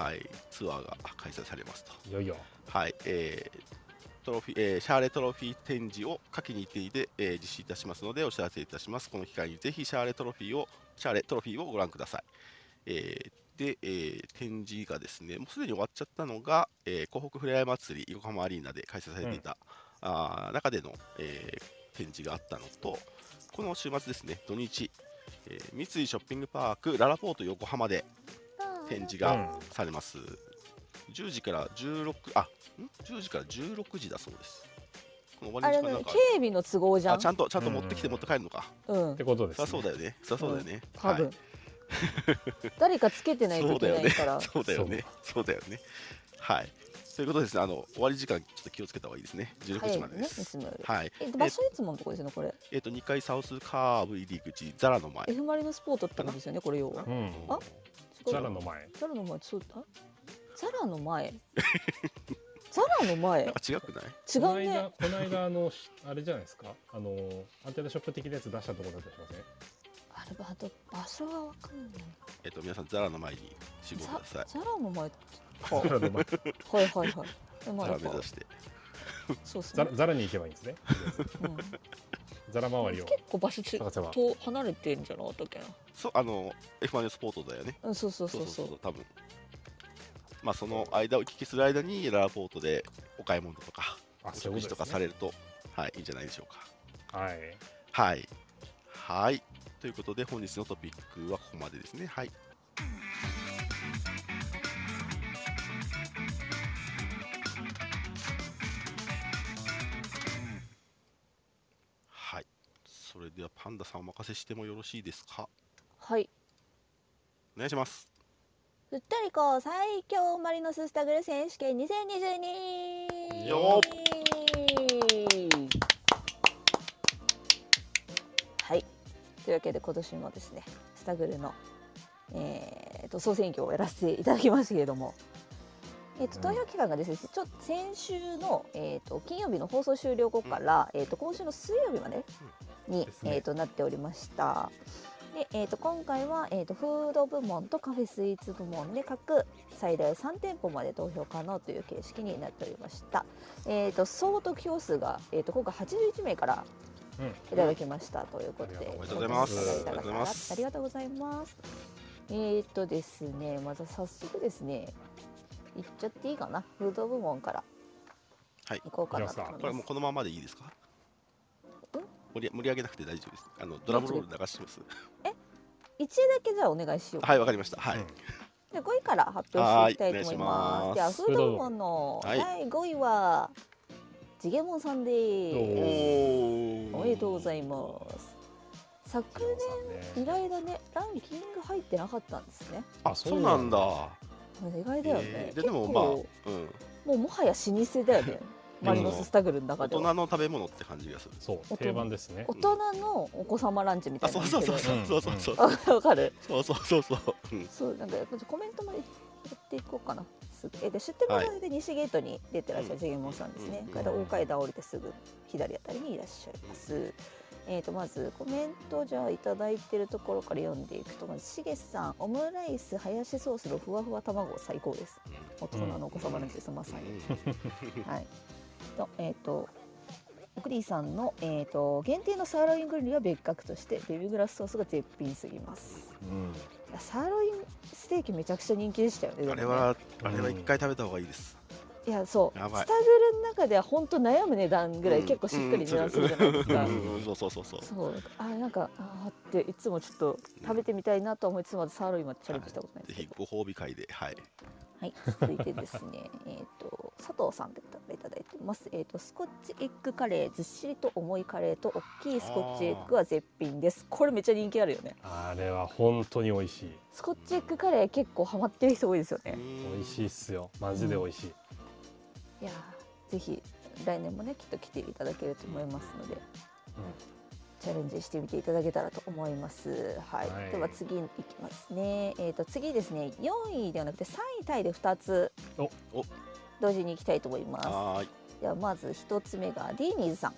はいツアーが開催されますと、
いよいよ。
はいえートロフィえーシャーレトロフィー展示を夏季日程で、えー実施いたしますのでお知らせいたしますこの機会にぜひシャーレトロフィーをシャーレトロフィーをご覧ください、えーで、えー展示がですねもうすでに終わっちゃったのが、えー広北ふれあい祭り横浜アリーナで開催されていた、あー中での、えー展示があったのとこの週末ですね土日、えー三井ショッピングパークララポート横浜で展示がされます、10時から16あん10時から16時だそうですこの終
あ
わり
れ
の時間な
ね
んか
警備の都合じゃ
あ
ん
ちゃんとちゃんと
うん
持ってきて持って帰るのか、
うん
ってことです、
そりゃそうだよねそりゃそうだよね、
多
はい
分、誰かつけてないといけないから、
そうだよね。そうだよね。はい。ということですね。あの終わり時間ちょっと気をつけた方がいいですね。16
早
時
い
ま
の
でで
ねい
す。
つもより
はい。
え場所いつものとこですよねこれ
えっ、と2階サウスカーブ入り口ザラの前。
F マリノスポートってことですよねこれ要は
あ
うん
あ違う
ザラの前
ザラの前そうあザラの前ザラの 前
あ違くない？
違
この
うね
間この間あのしあれじゃないですかあのアンテナショップ的なやつ出したところだったりしません
あれあと場所がわかんない
えっ、と皆さんザラの前に集合ください
ザ。ザラの前か
ザラの前
はいはいはいでも
ザラ
あれ
を目
か
指して。
そうです
ザ
ね
ラ、ザラに行けばいいん ですね
うん、
ザラ周り
結
を
構場所ち
探せば
と離れてんじゃなかったっけな
そうあの F1 スポートだよね。
うんそうそう
そ
そうう
そ
そうう
そう多分。まあその間お聞きする間にララポートでお買い物とか
あ
お食事とかさ
れ
れるとはいいいんじゃないでしょうか。
はい
はい。はい。ということで、本日のトピックはここまでですね。はい。はい。それでは、パンダさんお任せしてもよろしいですか
はい
お願いします。
ふったりこ最強マリノススタグル選手権2022
よ
はいというわけで今年もですねスタグルの、えー、と総選挙をやらせていただきましたけれども、えー、と
うん
投票期間がですねちょ先週の、えー、と金曜日の放送終了後から、えー、と今週の水曜日までに、
ですね
えー、となっておりました。でえー、と今回は、えー、とフード部門とカフェスイーツ部門で各最大3店舗まで投票可能という形式になっておりました、えー、と総得票数が、えー、と今回81名から
うん
いただきましたということで、
ありが
とうございます
ご参加いただいた方々ありがとうございます。えっ、とですね、まず早速ですね、いっちゃっていいかな、フード部門から。
はい
行こうかなと
行
思いま
き
す。
これもうこのままでいいですか
うん
盛り盛り上げなくて大丈夫です。あのドラムロール流します。
一位だけじゃあお願いしよう。
はい、わかりました。はい。
うん
で5位から発表していきたいと思い
はい
ます。では
お
フード部門の
はい
第5位はジゲモンさんです。
お
おめでとうござ
い
います。昨
山本さんね
年以来だね、ランキング入ってなかったんですね。
あ、そうなんだ。
意外だよね
え。ーで
結
でもまあ、
構
うん、
もうもはや老舗だよね
うん
マリノススタグルの中
大
では、
人の食べ物って感じがする。
そう定番ですね
大人のお子様ランチみた
あ、
いな
そ
の
う
け
そ
ど
うそうそうそうそうそう。
わかる
そうそうそうそう。うん
そうなんかコメントもやっていこうかなすえで出店場所で西ゲートに出てらっしゃ
う
る
ん
ジェゲモンさんですね、
うん
階段大階段降りてすぐ左あたりにいらっしゃいます、えー、とまずコメントじゃあいただいてるところから読んでいくとまずしげさんオムライスハヤシソースのふわふわ卵最高です大人のお子様ランチです、まさにはい。と、えっ、と。クリーさんの、えー、と限定のサーロイングリルは別格としてベビーグラスソースが絶品すぎます
うん
いやサーロインステーキめちゃくちゃ人気でしたよねで
うん
も
あ
ね
れは、あれは一回食べた方がいいです。
いやそうス
や
タグ
ばい
ルの中では本当悩む値段ぐらい結構しっかり値段するじゃないですか、
うんうんうんそうそうそうそう。
そうあなんかあーっていつもちょっと食べてみたいなと思いつつまだサーロインまでチャレンジしたことな
ぜ
いですけ
ひ
ど
ご褒美会で、はい。
はい、続いてですね、 えっと佐藤さんって方からいただいてます。えっ、とスコッチエッグカレー、ずっしりと重いカレーと大きいスコッチエッグは絶品です。これめっちゃ人気あるよね。
あれは本当に美味しい
スコッチエッグカレー結構ハマってる人多いですよね。
美味しいっ
い。
すよマジで美味しい
いやーぜひ来年もねきっと来ていただけると思いますので。チャレンジしてみていただけたらと思います。はい、
はい
では次いきますね。えっ、と次ですね、4位ではなくて3位タイで2つ
お
お
同時にいきたいと思います。
はーい。
ではまず1つ目がディーニーズさん。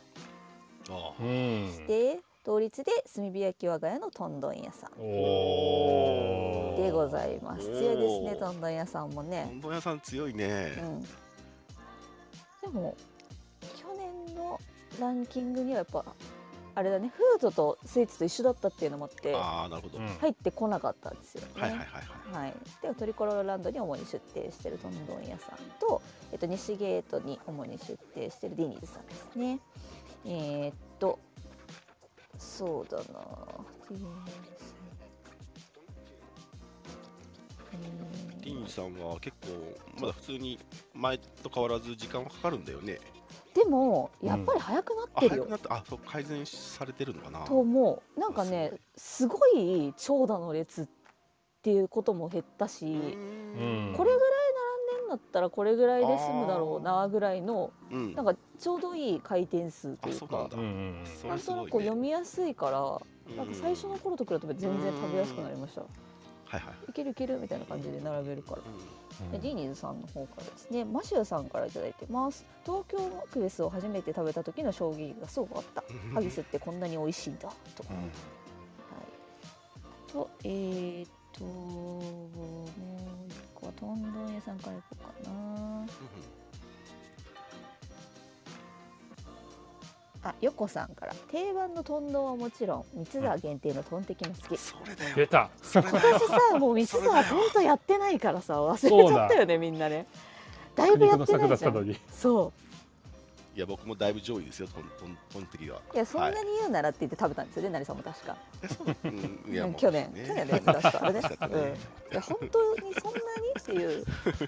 あ
う
ー
ん
で同率で炭火焼き我が家のとんどん屋さん
おー
でございます
おー
強いですねとんどん屋さんも
ど
ね
んどん屋さん強いね
う。んでも去年のランキングにはやっぱあれだねフードとスイーツと一緒だったっていうのもあって
ああなるほど、
うん
はい
入ってこなかったんですよね。
はいはいはい
はい、でトリコロールランドに主に出店してるどんどん屋さんと、えっと、西ゲートに主に出店してるディニーズさんですねえーっとそうだなディニ
リ
ー
ン
ズ
さんは結構まだ普通に前と変わらず時間はかかるんだよね
でもやっぱり早くな
あ
ってる
早
よ、
くなったあそう改善されてるのかな
と思うなんかねすごい長蛇の列っていうことも減ったし、
う
うん
ん
これぐらい並んでんだったらこれぐらいで済むだろうなぐらいの
うん
なんかちょうどいい回転数と
あ
いう
そうな
か
んだ、
うんうん
そ
うん
れ
なん
す
と
ごい
な
ね
く読みやすいから
うん
なんか最初の頃と比べて全然食べやすくなりました
はいはい
いけるいけるみたいな感じで並べるから
う
で
ん
ディーニーズさんの方からですねマシューさんから頂いいてます東京マクベスを初めて食べた時の衝撃がすごかった
うん
ハギスってこんなに美味しいんだとか、
うん
はい、とえー、っともう一個はどんどん屋さんからいこうかなあ、よこさんから定番のトンドンはもちろん三ツ沢限定のトンテキも好き、
それだよ
出た
それだよ
今年さもう三ツ沢トントやってないからさ忘れちゃったよねみんなねだいぶや
肉
っ
の
て
策だ
ない
っ
じゃ
たの
ん
に
そ
いや僕もだいぶ上位ですよトントントン的は
ういやそんなに言うならって言って食べたんですよね、成さんも確か、
うんい
うん
や
去年、去年のやつ出したあれね
出したね
うん、いや本当にそんなにっていう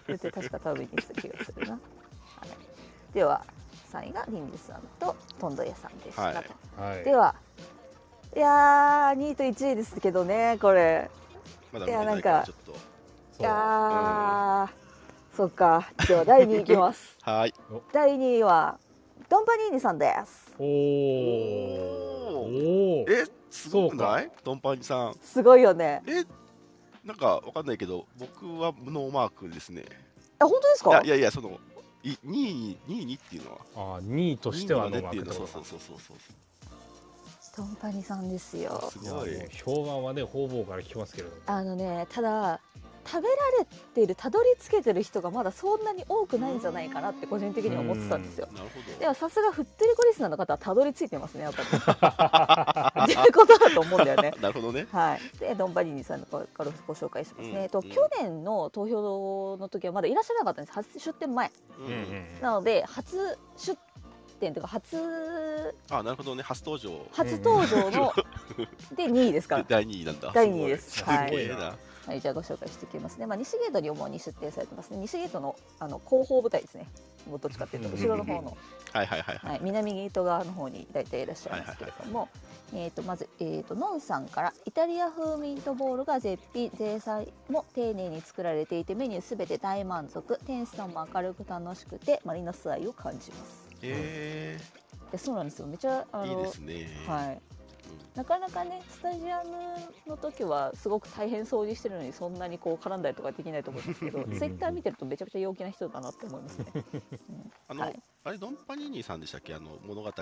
言って確か食べに行った気がするな、はい、では3位がリンジさんとトンドン屋さんでしたと、
はい
はい
ではいやー2位と1位ですけどねこれ
まだ
いや
見
な
て
ん
から
か
ちょっと
い
そう
やーそっかでは第2位いきます
はい
第2位はドンパニーニさんです
お
お
おおー
えすごくないドンパニさん
すごいよね
えなんかわかんないけど僕はノーマークですね
あ本当です
い
か
やいやいやそのい2位に2位にっていうのは
あ2位としては
ね
ね
っていうの
そ
そうう
そ
そううそうそうそう
ドンパニさんですよ
す
いやも
ご
う
い
評判はね方々から聞きますけれども
あのねただ食べられてるたどり着けてる人がまだそんなに多くないんじゃないかなって個人的には思ってたんですよ
なるほど
でもさすがフットリコリスナーの方はたどり着いてますねやっぱ りっていうことだと思うんだよね
なるほどね
はい、でドンバリーニさんの方からご紹介しますね、
うん
えっと
うん
去年の投票の時はまだいらっしゃらなかったんです初出店前
う
うんうん
ん
なので初出店というか初
あなるほどね初登場
初登場の、で2位ですから
で、第2位なんだ
第二位です
すご
はい
すげえな
はい、じゃあご紹介していきますね、まあ、西ゲートに主に出店されてますね西ゲートのあの後方部隊ですねもうどっちかっていうと
うん
後ろの方の、
はいはいはいはい
はい、南ゲート側の方に大体いらっしゃいますけれども、えー、とまず、えー、とノンさんからイタリア風ミートボールが絶品前菜も丁寧に作られていてメニューすべて大満足店主さんも明るく楽しくてマリノス愛を感じます
え
いやそうなんですよめちゃあ
ー
の
いいですね
はいなかなかねスタジアムの時はすごく大変掃除してるのにそんなにこう絡んだりとかできないと思うんですけどツイッター見てるとめちゃくちゃ陽気な人だなって思いますね。うん
あ
は
の
い
あれドンパニーニさんでしたっけあの物語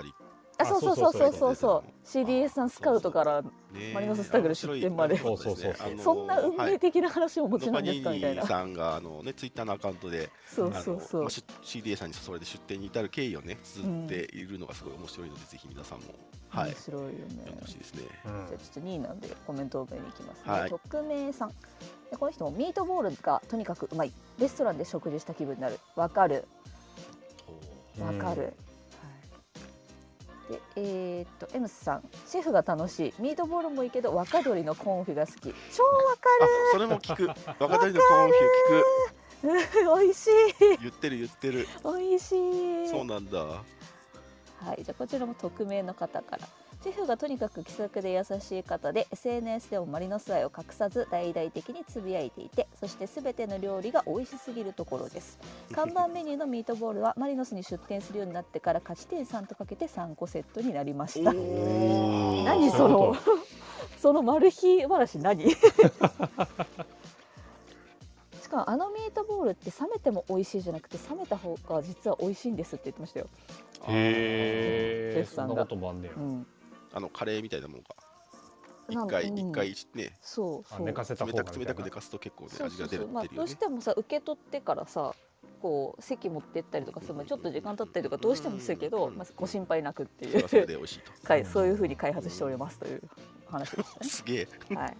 あそうそうそうそうそうそ
あ
う CDS さんスカウトから
ね
マリノススタグル出店まで
面白い面白かったですね
そうそうそう
あの
そんな運
は
命
い
的な話をお持ち
ドン
な
パ
んです
ニ
かみた
ー
い
ニ
な
さんがあのねツイッターのアカウントで
そうそう
あの
そ
ま
う
あ、し CDA さんにそれで出店に至る経緯をね綴っているのがすごい面白いので、ぜひ皆さんも、はい、
面白いよね
読んでほしいですね。
うん
じゃあちょっと2位なんでコメントを読みに行きますね、
はい
匿名さんでこの人もミートボールがとにかくうまいレストランで食事した気分になるわかる
うん
わかる、はい、でえーっと M さんシェフが楽しいミートボールもいいけど若鶏のコンフィが好き超わ
あそれも聞く若手のコンフ
かる 美味しい
ィを聞く言ってる言って る
美味しい
そうなんだは
はい、じゃあこちらも匿名の方から。シェフがとにかく気さくで優しい方で SNS でもマリノス愛を隠さず大々的につぶやいていてそして全ての料理が美味しすぎるとこ ろです看板メニューのミートボールはマリノスに出店するようになってから勝ち点3とかけて3個セットになりました
おー
何そのそのマル秘話何 しかもあのミートボールって冷めても美味しいじゃなくて冷めた方が実は美味しいんですって言ってましたよ、
へえ
シェフさ
そん
ん
な
が
こともあんねや
うん、
あのカレーみたいなもんか
な
一回
うん
一回ね
そう
あ
そう
寝かせた
冷
方
た
が
く
み
冷
た
た
いな
く寝かすと結構ね
そう
味
そ
が
う
出
そ
る
うまあ
出る
ど
よ
う
ね
してもさ受け取ってからさ構席持ってったりとかするのにちょっと時間経ったりとかどうしてもするけど、まあ、ご心配なくって
そ
い
れはそれ
う
で美味しいと。
かいそういうふうに開発しておりますという話でし
すげえ。
た ね。はい、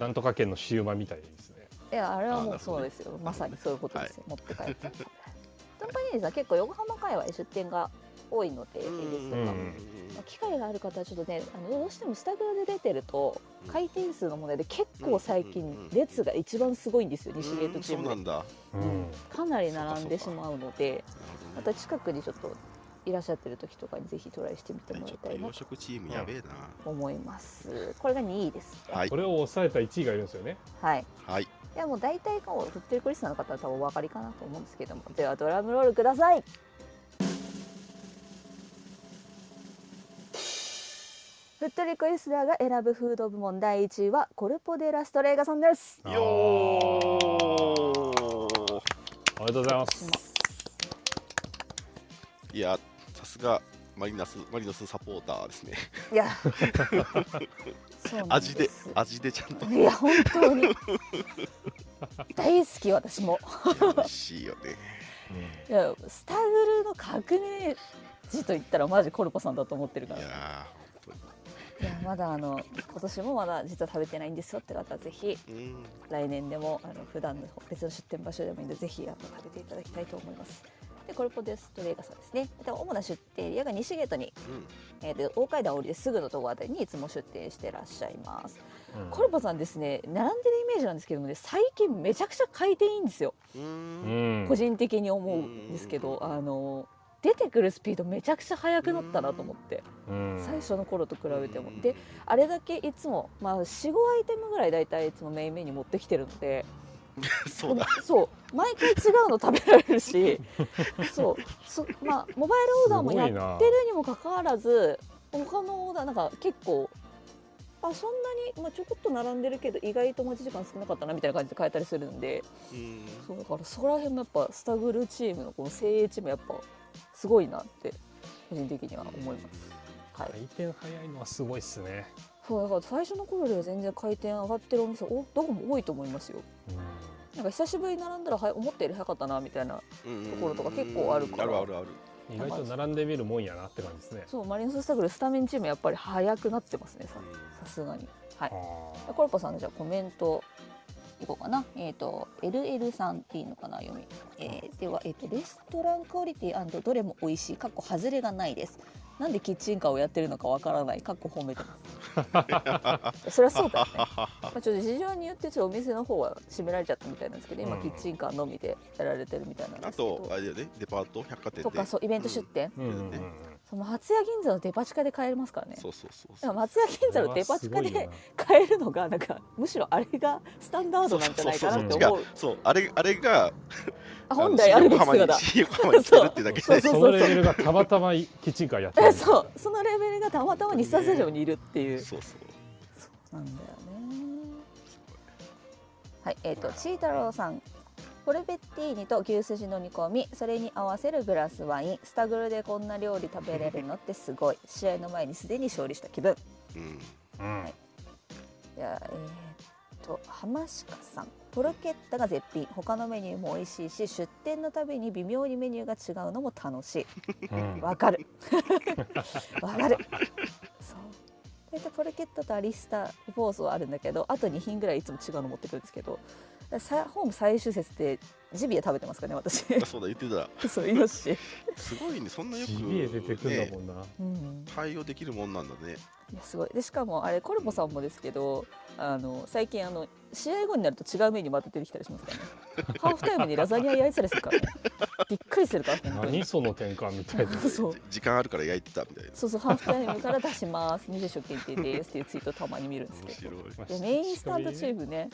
なんとか県のシウマみたいですね。
いやあれは
あ
も
なる
う
ほ
そ
ど
う
ね
ですよ、まさにそういうことですよ、持って帰って。その時にさ結構横浜界隈出店が多いので、
うん
恵比寿と
う
か
ん
まあ機会がある方はちょっとねあのどうしてもスタグラで出てると回転数の問題で結構最
うんうんうん
近
うん
列が一番すごいんですよ西ゲートチー
うん
ム
そうな
で
んだ。な
う
る
ん。
かなり並んでし
そうかそうか
まう
ほど
ので
ね
また近くにちょっといらっしゃってる時とかにぜひトライしてみてもら
ちょっ
い
たと
いな
洋
と
食チームやべえな。
思いますこれが2位ですね
はい
それを抑えた1位がいるんですよね。
はい
はい。
いやもう大体こうフットリクリスナーの方は多分お分かりかなと思うんですけどもではドラムロールくださいフットリクリスナーが選ぶフード部門第1位はコルポデラストレーガさんです
よー。
ありがとうございます。
いや、さすがマリナスマリノスサポーターですね。
いやそうなん
味です味でちゃんと
いや本当に大好き私も
美味しいよね。
うん
いやスタグルの革命児と言ったらマジコルポさんだと思ってるから
いやー、本
いやまだあの今年もまだ実は食べてないんですよって方はぜひ
当に。うん。
来年でもあの普段の別の出店場所でもいいのでぜひあの食べていただきたいと思います。でコルポデストレーガさんですね。で主な出店エリアが西ゲートに、えー、で大階段を降りてすぐのところあたりにいつも出店してらっしゃいます。コルポさんですね並んでるイメージなんですけどもね最近めちゃくちゃ回転いいんですよ。
うん。
う
うん。
ん。
個人的に思うんですけど、
うん
あの出てくるスピードめちゃくちゃ速くなったなと思って、
うん
最初の頃と比べても。
うん
であれだけいつも、まあ、45アイテムぐらい大体いつもメインメニュー持ってきてるので
そうだ。
そう毎回違うの食べられる しそうそ、まあ、モバイルオーダーもやっ
すごいな
てるにもかかわらず他のオーダーなんか結構あそんなに、まあ、ちょこっと並んでるけど意外と待ち時間少なかったなみたいな感じで変えたりするんで
うん。
そうだからそこら辺もやっぱスタグルチームのこの精鋭チームやっぱすごいなって個人的には思います。はい
回転早いのはすごいっすね。
そうだから最初の頃よりは全然回転上がってるお店おどこも多いと思いますよ
うん
なんか久しぶりに並んだらは思ったより早かったなみたいなところとか結構あるから
あるあるある。
意外と並んでみるもんやなって感じですね。
そうマリノススタグルスタメンチームやっぱり早くなってますねささすがにはい
あ
コルポさんのじゃあコメントいこうかなえっ、と LL さんっていうのかな読み、えーでは、えー、とレストランクオリティどれも美味しいかっこ外れがないですなんでキッチンカーをやってるのかわからないかっこ褒めてま すそりゃそうだよねまあ、ちょっと事情によってちょっとお店の方は閉められちゃったみたいなんですけど、今
うん
キッチンカーのみでやられてるみたいなんで
あ
すけど
と、あれだよね、デパート、百貨店で。
とかそうイベント出店、
ーうんうんうんうん。
その松屋銀座のデパ地下で買えますからね
そうそうそう
だ
そ
か
う。
ら松屋銀座のデパ地下
これ
で
はす
買えるのがなんかむしろあれがスタンダードなんじゃないかなって
そう
そ
思う
そう、あれ、あれが。
あ本来あるべき姿だ
新横浜に してるってだけ
ごい
そ
よな
で。
う
そ
そうそうそう
のレベルがたまたまキッチンカーやってる
え そうそのレベルがたまたま日産スタジアムにいるっていう
そうそう。
そうなんだよねはい、えっ、と、ちーたろうさん。ポルベッティーニと牛すじの煮込み、それに合わせるグラスワイン、スタグルでこんな料理食べれるのってすごい。試合の前にすでに勝利した気分。
うん。
うん。
いや、えっ、と、浜鹿さん。ポロケッタが絶品、他のメニューも美味しいし、出店のたびに微妙にメニューが違うのも楽しい。
うん
わかるわかるそう大体ポルケットとアリスタリポーソはあるんだけどあと2品ぐらいいつも違うの持ってくるんですけどさホーム最終節でジビエ食べてますかね私
そうだ、言ってた。
そうイノシシ、
すごいね、そんなよく、
ちびえ出てくるんだ
ね、
もんな。
うん、
対応できるもんなんだね。
いやすごいでしかもあれコルボさんもですけどあの最近あの試合後になると違うメニューまた出てきたりしますからねハーフタイムにラザニア焼いてたりするからねびっくりするから本当に
何その転換みたいな。
そう
時間あるから焼いてたみたいな。
そうそうハーフタイムから出します20食限定ですっていうツイートたまに見るんです
面
けど
白い。
いやメインスタンドチー
ム。
ムね、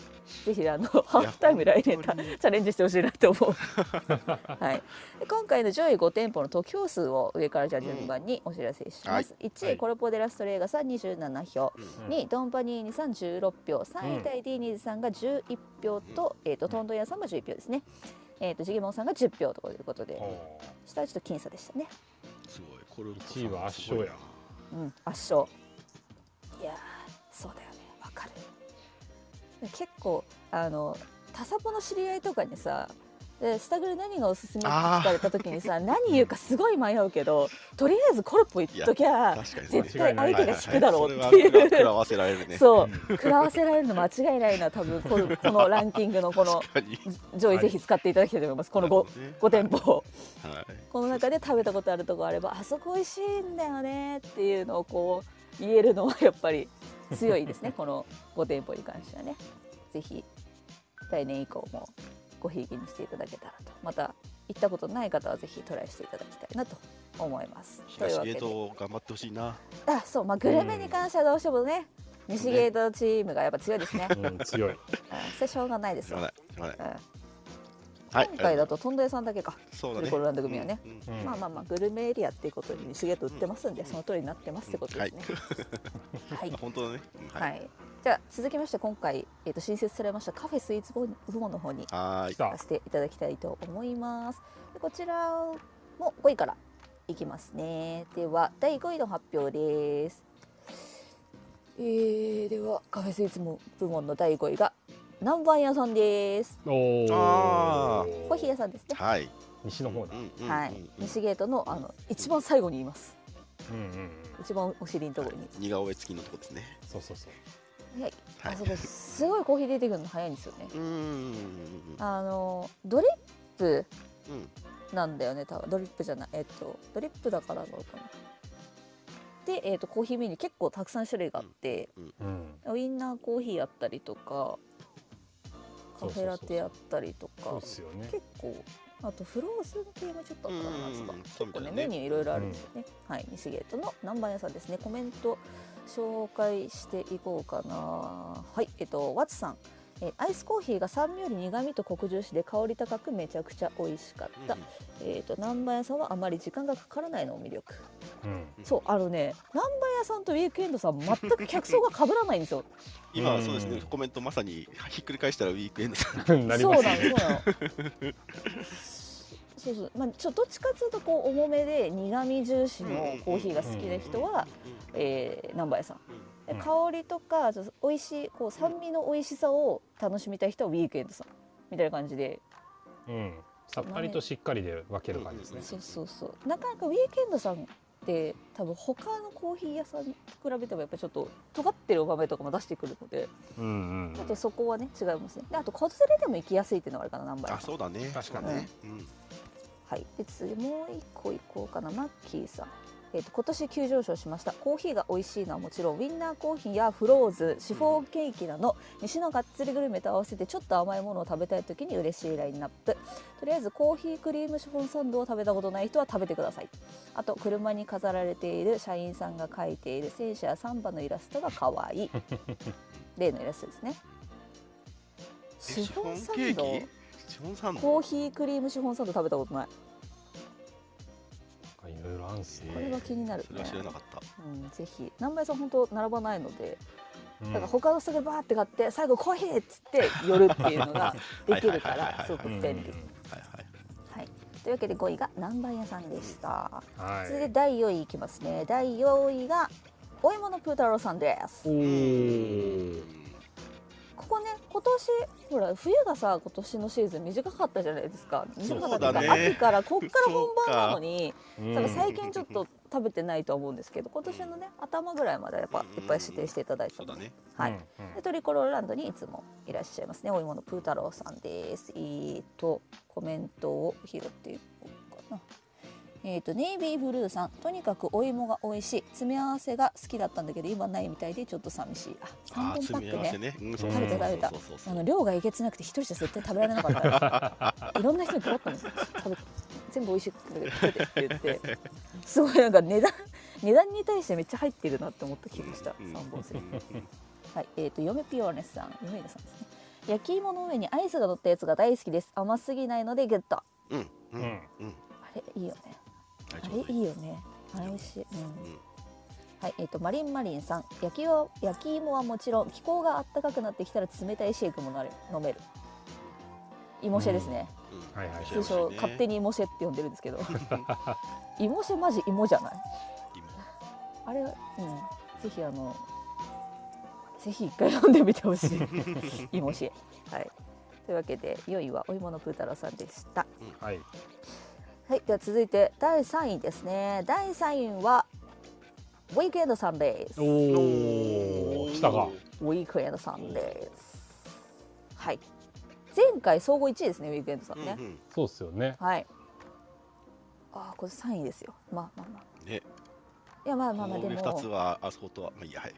ぜひあのハーフタイム来年た
本当に
チャレンジしてほしいなと思う。はい。で今回の上位5店舗の得票数を上からじゃあ順番にお知らせします。1位、
はい
コルポデラストレーガさん27票。
うん
2位ドンパニーニさん16票3位タイディーニーズさんが11票と,、えー、とトンドヤさんも11票ですね、えー、とジゲモンさんが10票ということで
お
下はちょっと僅差でしたね、
すごい。これ
一位は圧勝や。
うん、圧勝いやーそうだよねわかる結構あのタサポの知り合いとかにさでスタグル何がおすすめって聞かれた時にさ何言うかすごい迷うけどとりあえずコルポ言っときゃ
確かにね
絶対相手が引くだろうっ
は
て
いはいはいそれは食ら
い
食ら
う
わせられるね。
そう
うん
食らわせられるの間違いないな多分このこのランキングのこの
確かに
上位ぜひ使っていただきたいと思いますこの 5, 5店。舗を
なるほどねはい
この中で食べたことあるとこあればあそこ美味しいんだよねっていうのをこう言えるのはやっぱり強 いですねこの5店舗に関してはねぜひ来年以降もごひいきにしていただけたらとまた行ったことない方はぜひトライしていただきたいなと思いますという
東
わ
ゲ
け
ー
で
ト頑張ってほしいな。
あそうまあグルメに関してはどうしてもね西ゲートチームがやっぱ強いですね
うん、強い。
うんそれしょうがないです
しょ
よ
うがない、しょうがない。
うん
はい。
今回だととんど屋さんだけか
そうだ
ト
ね。
リコロランド組はね
うんうん
うん
まあまあまあグルメエリアっていうことにシゲート売ってますんで、
うん
その通りになってますってことですね。はい
あ、 本当だね。うん
はい、じゃあ続きまして今回、えー、と新設されましたカフェスイーツ部門の方に
はーい
来。た
さ。せていただきたいと思います。でこちらも5位からいきますね。では第5位の発表です。えー、ではカフェスイーツ部門の第5位が南蛮屋さんです。
おー
あ
コーヒー屋さんですね。
はい。
西の方だ
う。んうん
はい
うん、
西ゲートのあの一番最後にいます。
うんうんうん。
一番お尻のところに。
似顔絵付きのとこですね。
そうそうそう。
はい、
は
あ
い
そ。こすごいコーヒー出てくるの早いんですよね
うーん。
あのドリップ
うん。
なんだよね多分ドリップじゃないえっとドリップだからなのかなで、えっとコーヒーメニュー結構たくさん種類があって、
うん。
ウインナーコーヒーあったりとかカ
そうそうそう
フェラテあったりとか
そうですよね。
結構あとフローズン系もちょっとあったかな
うん
確か
そう
結
み
構
たい
ね
ね
メニューいろいろあるんですよね、はい西ゲートの南蛮屋さんですねコメント紹介していこうかなはいえっとワツさんえーアイスコーヒーが酸味より苦味と黒重視で香り高くめちゃくちゃ美味しかった、えっと南蛮屋さんはあまり時間がかからないのを魅力、
うん。
うん
そう。あのね南蛮屋さんとウィークエンドさん全く客層が被らないんですよ
今はそうです
う
ね
ん。
コメントまさにひっくり返したらウィークエンドさ ん。
なり
そ
ま
う
す
なのそう
ね。
なのそうそうまあちょっとどっちかというとこう重めで苦味重視のコーヒーが好きな人は、えー、南波屋さん
うん、うん
で
うん
香りとかちょっと美味しいこう酸味の美味しさを楽しみたい人はウィークエンドさんみたいな感じで
うん。さっぱりとしっかりで分ける感じですね。
そうそうそうなかなかウィークエンドさんって多分他のコーヒー屋さんと比べてもやっぱりちょっと尖ってるお豆とかも出してくるので
うんうん
ちょっとそこはね違いますねであと子連れでも行きやすいっていうのがあるかな南波
あ、
屋さん
そうだね。
確かに
ね。うん。
はい、で次もう一個いこうかなマッキーさん、えー、と今年急上昇しましたコーヒーが美味しいのはもちろんウインナーコーヒーやフローズシフォーケーキなど西のがっつりグルメと合わせてちょっと甘いものを食べたい時に嬉しいラインナップとりあえずコーヒークリームシフォンサンドを食べたことない人は食べてくださいあと車に飾られている社員さんが描いている戦車やサンバのイラストが可愛 い例のイラストですねシフォンサンド
えシフォンサンド。
コーヒークリームシフォンサンド食べたことない
いろいろあるんすね。
これは気になるね
それは知らなかった。
うん、ぜひ南米さん本当並ばないので、
うん
だから他の人がバーって買って最後コーヒーっつって寄るっていうのができるか
はいはいはいは
ら
い
すごく
うん
便利。
はいはい。
というわけで5位が南蛮屋さんでした。
は
それで
い。
第4位いきますね。第4位がお芋のプー太郎さんです。
う
ー
ん
ここね今年ほら冬がさ今年のシーズン短かったじゃないですか。短かった
そうだ
っていう
ね
か秋からこっから本番なのに。
うん
多分最近ちょっと食べてないとは思うんですけど今年のね頭ぐらいまではやっぱいっぱい指定していただいて
そ
た
う
の
だ
で、
ね。
はい、
うんうん
でトリコロールランドにいつもいらっしゃいますねお芋のプー太郎さんですえーとコメントを拾っていこうかなえーとネイビーブルーさんとにかくお芋が美味しい詰め合わせが好きだったんだけど今ないみたいでちょっと寂しいあ
あー
3本
詰め合
パック
わせ
ね
ね。うん
食
べた食べた
そうそうそ
あ
う
の量がえげつなくて一人じゃ絶対食べられなかったからいろんな人に配ったんですよ食べ全部美味しくて食べてって言ってすごいなんか値段値段に対してめっちゃ入ってるなって思った気がした
うん
3本セットはい、えっ、と、嫁ピオーネスさん、嫁ネさんですね。焼き芋の上にアイスが乗ったやつが大好きです。甘すぎないのでゲット。あ
うんうん
う
うん
ん。
れ、いいよね。
大
あ
丈夫
れ、いいよね。あれ、美味しい。うん。
うん
はい、えっ、と、マリンマリンさん、焼きは、焼き芋はもちろん、気候が暖かくなってきたら、冷たいシェイクもなれ、飲める。芋シェですね。
うん
はいはい
通称、勝手
に
に芋シェって呼んでるんですけ ど。芋シェ、マジ芋じゃない。あれ、うん、ぜひあの。 ぜひ一回飲んでみてほしい。いもし。はい。というわけで4位はお芋のプータローさんでした。
はい
はい、では続いて第3位ですね。第3位はウィークエンドさんです。
おお
ウ
来たか
ィークエンドさんです。はい。前回総合1位ですね、ウィークエンドさんね。
うんうん
そうっすよね
はい。ああ、これ3位ですよ。まあまあまあ。
ね、
いやまあまあ
こ
まあ
の
でも
上
や
二つはあそことはまあいいやはい。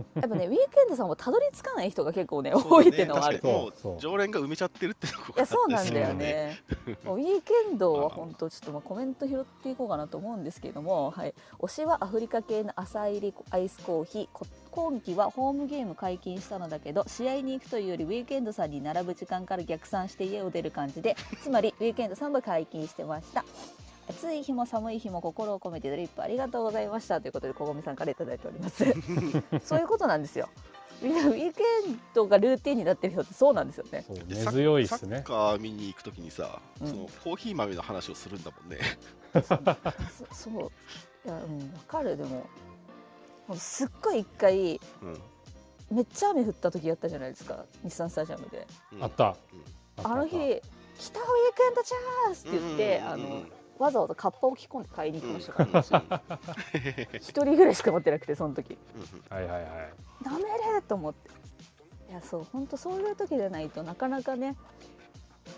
っぱねウィークエンドさんもたどり着かない人が結構ね多いっていうのはある。
確かにもう
そうそう
常連が埋めちゃってるってとこ
いやそうなんだよ
そう
ね。もうウィークエンドは本当ちょっとまあコメント拾っていこうかなと思うんですけれども、はい、推しはアフリカ系の朝入りアイスコーヒーこ今季はホームゲーム解禁したのだけど試合に行くというよりウィークエンドさんに並ぶ時間から逆算して家を出る感じでつまりウィークエンドさんも解禁してました暑い日も寒い日も心を込めてドリップありがとうございましたということで小込さんからいただいております そういうことなんですよみんなウィークエンドがルーティンになってる人ってそうなんですよね
そう
で
根
サッ
強いっ
サ
す
ッ
ね
カー見に行くときにさ、
うん
そのコーヒー豆の話をするんだもんね。
そそう いやうん分かるでももうすっごい一回
うん
めっちゃ雨降った時やったじゃないですか日産スタジアムで
うん
あった
うん
あった
あの日「北ウィークエンドチャンス!」って言って、
うんうんうんうん
あのわざわざカッパを着込んで買いに行きましたから、
う
一人ぐらいしか持ってなくてその時
んうん
はいはいはい
なめれと思っていやそう本当そういう時じゃないとなかなかね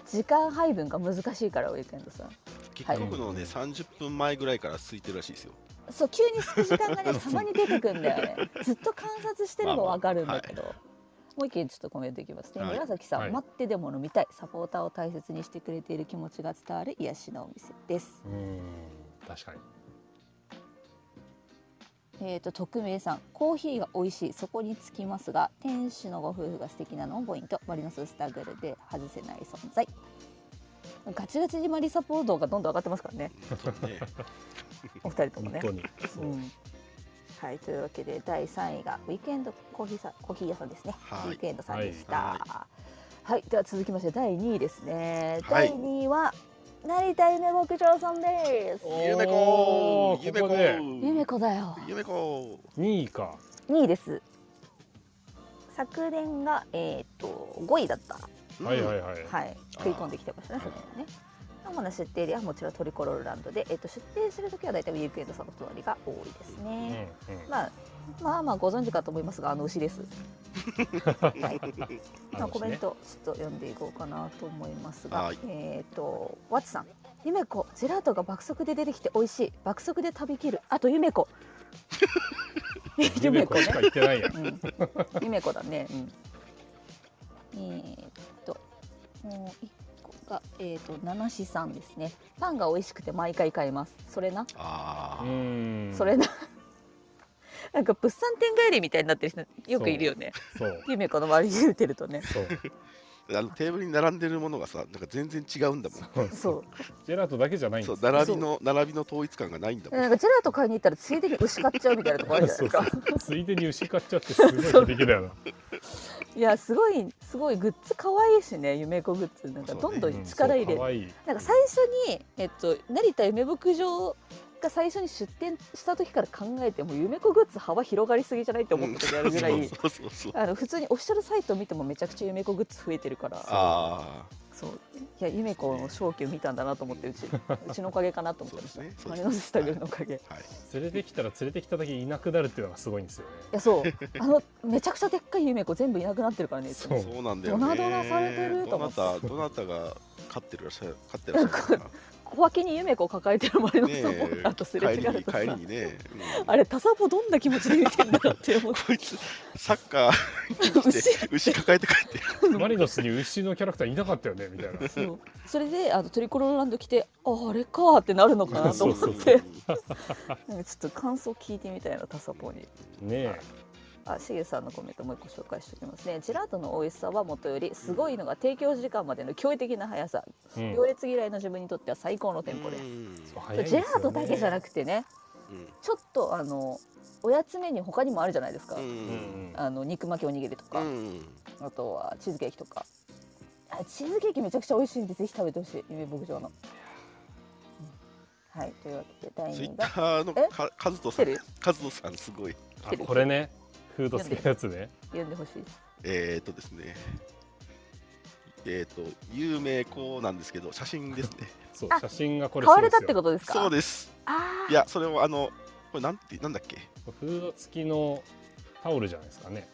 時間配分が難しいからウィークエンドさん
結局の
は
ね、
い
30分前ぐらいから空いてるらしい ですよ。
そう急にすく時間がねたまに出てくんだよねずっと観察してればわかるんだけど、もう一件ちょっとコメントいきますね、
はい
紫さん、
はい
待ってでも飲みたいサポーターを大切にしてくれている気持ちが伝わる癒しのお店です
うーん確かに
えーと匿名さんコーヒーが美味しいそこにつきますが店主のご夫婦が素敵なのもポイントマリノススタグルで外せない存在ガチガチにマリサポートがどんどん上がってますからね
うんそうね
お二人とも
本
ね
当にそう
うんはい、というわけで第3位がウィークエンドコーヒーさんコーヒー屋さんですね、
はい
ウィークエンドさんでした。
は
はいい、では続きまして第2位ですね。
はい
第2位は成田夢牧場さんです。
夢子
おー
夢
ここで
夢
子
子だよ。
夢子。
2位か
2位です。昨年がえっ、と5位だった。
はいはいいはい
は
あ
い、
ー
食い込んできてましたね、その辺はね。主な出店エリアはもちろんトリコロールランドで、えっと出店するときは大体ウィークエンドさんの隣が多いですね。
うんうん
まあ、まあまあご存知かと思いますがあの牛です。はい。
あ
まあ
の
コメントちょっと読んでいこうかなと思いますが、
はい
えっ、とワッツさん、ゆめこジェラートが爆速で出てきて美味しい、爆速で食べきる、あとゆめこ。
ね 夢子し か言ってないやん
うん、ゆめこだね。うん、えーっと、もう一個が、えーっと、七七さんですね。パンが美味しくて毎回買います。それな、
あ
う
あ、
ーん
それな。 なんか物産展帰りみたいになってる人よくいるよね。
そう
ゆめこの周りに出てるとね。
そう
あのテーブルに並んでるものがさ、なんか全然違うんだもん。
そう。
ジェラートだけじゃないん
そ
で
う、
す
並びの並びの統一感がないんだもん。
なんかジェラート買いに行ったらついでに牛買っちゃうみたいなとこあるじゃないですか。
ついでに牛買っちゃってすごい素敵だよ ない
やすごいすごいグッズ可愛いしね夢子グッズなんかどんどん力入れる
可。愛い
なんか最初に、えっと、成田夢牧場が最初に出店した時から考えても夢子グッズ幅広がりすぎじゃないって思った時あるぐらい、
そうそうそう。
あの普通にオフィシャルサイト見てもめちゃくちゃ夢子グッズ増えてるから
あ
そういや夢子の昇級見たんだなと思って うちうちのおかげかなと思ってました、
そうですね
マリノススタグルのおかげ。
あ、はい。
連れてきたら連れてきただけいなくなるっていうのがすごいんですよ
いやそうあのめちゃくちゃでっかい夢子全部いなくなってるからねいつも
そう
そうなんだよね。
ドナドナされてると
ど
思
な
って
たどなたが飼ってるらっしゃる飼ってらっしゃる か
小脇に夢子を抱えてるマリ
ら
ノ
ね
ス
え
サポーターとすれ違
帰り
う
に帰
とさ、
りにね。うん
あれタサポどんな気持ちで見てんだろうって思って
こいつサッカー
牛
で牛抱えて帰ってる。
ねマリノスに牛のキャラクターいなかったよねみたいな
そうそれであのトリコロールランド来てああれかーってなるのかなと思っ
そう
てなんかちょっと感想聞いてみたいなタサポに
ね
あしげさんのコメントもう一個紹介しておきますねジェラートの美味しさはもとよりすごいのが提供時間までの驚異的な速さ
え、うん
行列嫌いの自分にとっては最高のテンポです、
早いんです
ジ
よ
ェ
ね
ラートだけじゃなくてね
うん
ちょっとあのおやつメニュー他にもあるじゃないですか、
うん
うん
あの肉巻きおにぎりと
う
か、
ん
あとはチーズケーキとかあチーズケーキめちゃくちゃ美味しいんでぜひ食べてほしい夢牧場の、うんはいというわけで第
ツイッ
2
タ
が
ーの
え
かカズト
来
さ
て
ん
る
カズトさんすごい
あこれねフード付きのやつね
読んでほしい
えー、っとですねえっ、と有名校なんですけど写真ですね。
そう
あ
写真がこれ
買われたって
と
ことですか
そうです。
あ
いやそれをあのこれなんてなんだっけ？
フード付きのタオルじゃないですかね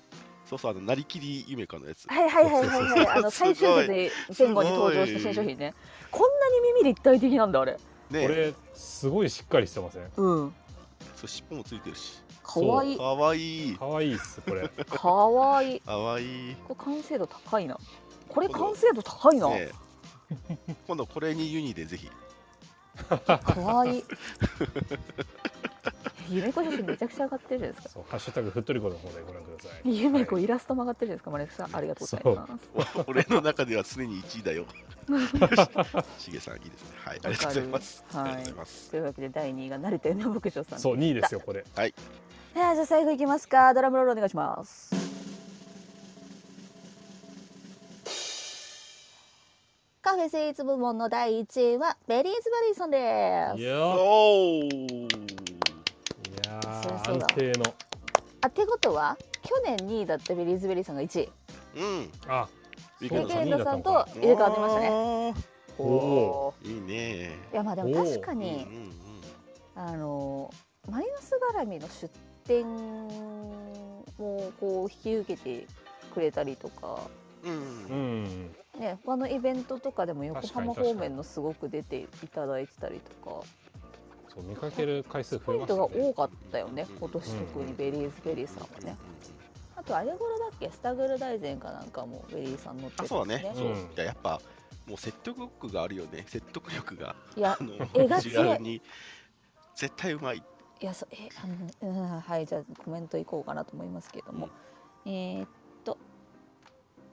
そうそうあのなりきり夢かのやつ。
あはいはいはいはいはいあの
すご
最
い
終節前後に登場した新商品ねこんなに耳立体的なんだあれ
こ
ね、
れすごいしっかりしてません
うん
そう尻尾もついてるし。
かわいい
かわいい。
かわいいっすこれ
かわいい
かわいい。
これ完成度高いなこれ完成度高いな、
ね、今度これにユニでぜ ひ。
か わいい夢子写真めちゃくちゃ上がってるじゃないですか
そうハッシュタグふっとりこの方でご覧ください
夢子
はい
イラストも上がってるじゃないですかマレクさんありがとうございます
俺の中では常に1位だよ。 しげさんいいですね。はい、ありがとうございます。
わかる
ありがとうございます。
というわけで第2位が成田夢牧場さん
そう2位ですよこれ
じゃあ最後いきますかドラムロールお願いしますカフェスイーツ部門の第1位はベリーズバリーさん
い
です
や
お
ー
お。
いや
そりゃ
ー
そう
安
だ
定の
あってことは去年2位だったベリーズベリーさんが1位
うん。
あ
リ
そう
レ
だ
ジェンドさん
三位だ
と
ったのか
入れ替わってましたね
ね。
おー
お
いいね。
ーいやまあでも確かに
うんうん
あのマイナス絡みの出店をこう引き受けてくれたりとか、
うん
う
うん
ん
ね、他のイベントとかでも横浜
確かに
方面のすごく出ていただいてたりとか
そう見かける回数増
ポ
え
イン
まし
ト
た
が
ね
多かったよね今年特にベリーズベリーさんはね。あとあれ頃だっけスタグル大全かなんかもベリーさん乗ってた
あ、
し
そうだね。
ん
そう。いややっぱもう説得力があるよね。説得力が
いや
あの
絵が強い
ビジュアルに絶対うまい。
いやそうえあの、うん、はいじゃあコメントいこうかなと思いますけれども、えー、っと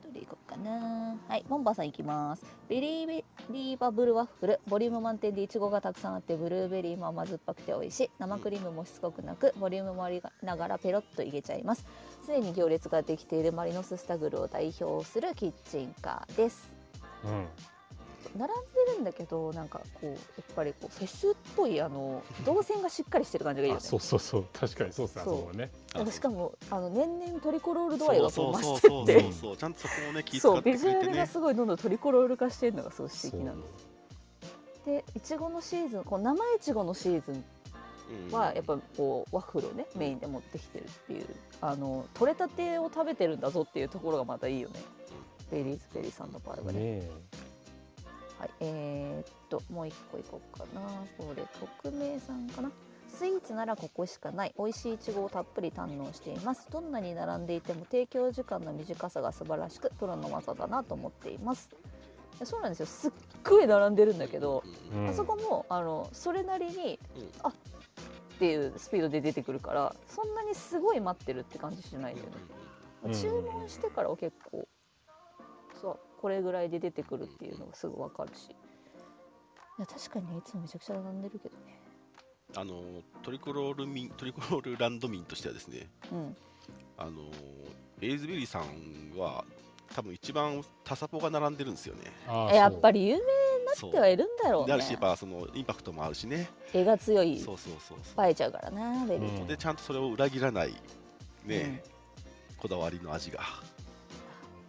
どれいこうかなはいボンバーさんいきますベリーベリーバブルワッフルボリューム満点でいちごがたくさんあってブルーベリーも甘酸っぱくて美味しい生クリームもしつこくなくボリュームもありながらペロッといけちゃいますすでに行列ができているマリノススタグルを代表するキッチンカーです
うん
並んでるんだけどなんかこうやっぱりこうフェスっぽいあの動線がしっかりしてる感じがいいよ
あ
ね
そうそうそう確かにそうっすねあ
そう
そこはね
なんかしか
も
もあの年々トリコロール度合いがこう増し
そ
て
うそうそ
っ て
うそう。ちゃんとそこをね気
そ
遣
う
って
ビジ
くれ
ュア
て
ルが
ね。
すごいどんどんトリコロール化してるのがすごい素
そ
敵
う
なんですでいちごのシーズンこう生いちごのシーズン
うん
はやっぱこうワッフルをねメインで持ってきてるっていうあの取れたてを食べてるんだぞっていうところがまたいいよねベリーズベリーさんの場合は
ね
ね
え
はい、えーっともう一個いこうかなこれ匿名さんかなスイーツならここしかない美味しいいちごをたっぷり堪能していますどんなに並んでいても提供時間の短さが素晴らしくプロの技だなと思っていますいやそうなんですよすっごい並んでるんだけど、
うん
うん
あそこもあのそれなりに、
うん
あっていうスピードで出てくるからそんなにすごい待ってるって感じしないんだよね、
うん
注文してからは結構そうこれぐらいで出てくるっていうのがすぐ分かるしいや確かにねいつもめちゃくちゃ並んでるけどね
あのトリコロール民トリコロールランド民としてはですね、
うん
あのベイズベリーさんは多分一番タサポが並んでるんですよね。
あ
やっぱ
り
り有名
そう
ではいるんだろう
であるし
ね
やっぱそのインパクトもあるしね。
絵が強い
そうそうそうそう。
映えちゃうからなベリー、
うん
でちゃんとそれを裏切らないね、こだわりの味が。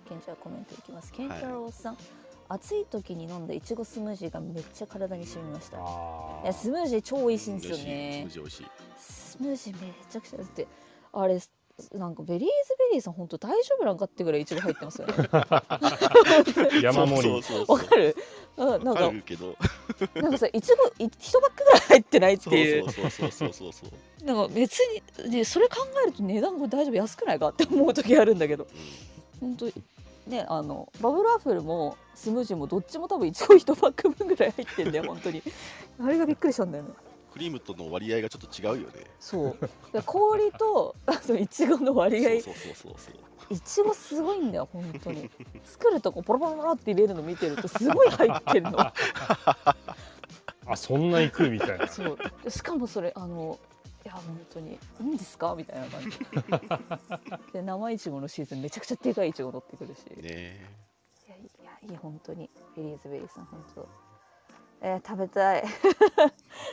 ケンちゃんコメントいきますケン太郎さん、暑い時に飲んだいちごスムージーがめっちゃ体に染みました
あ
いやスムージー超美味しいんですよ
美
ね
味しい。美味しい
スムージーめちゃくちゃだってあれなんかベリーズベリーさん本当大丈夫なんかってぐらいいちご入ってますよね
ー山盛り
そうそうそう
わ
そう
かるうんなん
わか
か
るけど。
なんかさいちごい一バッグぐらい入ってないって
そう
いう
そうそうそうそうそう。
なんか別にでそれ考えると値段が大丈夫安くないかって 思う時あるんだけど本当ねあのバブルワッフルもスムージーもどっちも多分いちご一バッグ分ぐらい入ってん だよ本当にあれがびっくりしたんだよね
クリームとの割合がちょっと違うよね。
そうで氷とあのいちごの割合
そうそうそうそうそう。
いちごすごいんだよ本当に作るとこポロポロポロって入れるの見てるとすごい入ってるの
あそんな行くみたい な
そうしかもそれあのいや本当にいいんですかみたいな感 じで生いちごのシーズンめちゃくちゃでかいいちご乗ってくるし、
ねえ。
いやいやいや本当にベリーズベリーさん本当えー食べ たい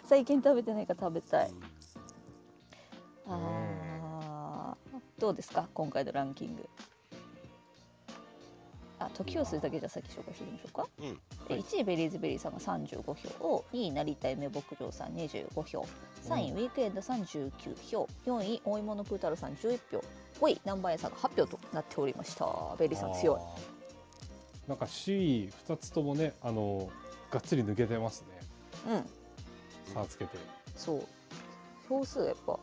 最近食べてないから食べたい
うん
あーどうですか今回のランキングあ時を数だけじゃ先紹介してみましょうか、
うん
で
はい
1位ベリーズベリーさんが35票2位成田夢牧場さん25票3位ウィークエンドさん19票4位大芋のプータローさん11票5位南蛮屋さんが8票となっておりましたベリーさん強い
あーなんか C 二つともねあのがっつり抜けてますね
うん
差つけて
そう票数がやっぱ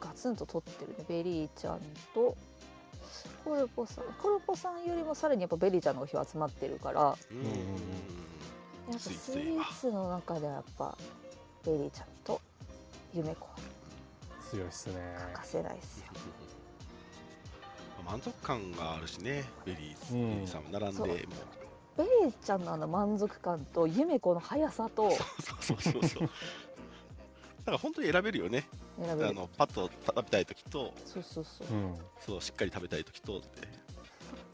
ガツンと取ってるねベリーちゃんとコルポさんコルポさんよりもさらにやっぱベリーちゃんの票集まってるからやっ
うん
うんうんうん
ぱスイーツの中ではやっぱベリーちゃんと夢子は
強いっすね
欠かせないっすよ
満足感があるしね、ベリーズ、
うん
ベリーさんも並んで、
そう
もう。
ベリーちゃんのあの満足感と夢子の速さと
そうそうそうそう。だから本当に選べるよね。あ
選べる
のパッと食べたい時と、
そうそうそう
うん
そうしっかり食べたい時とって。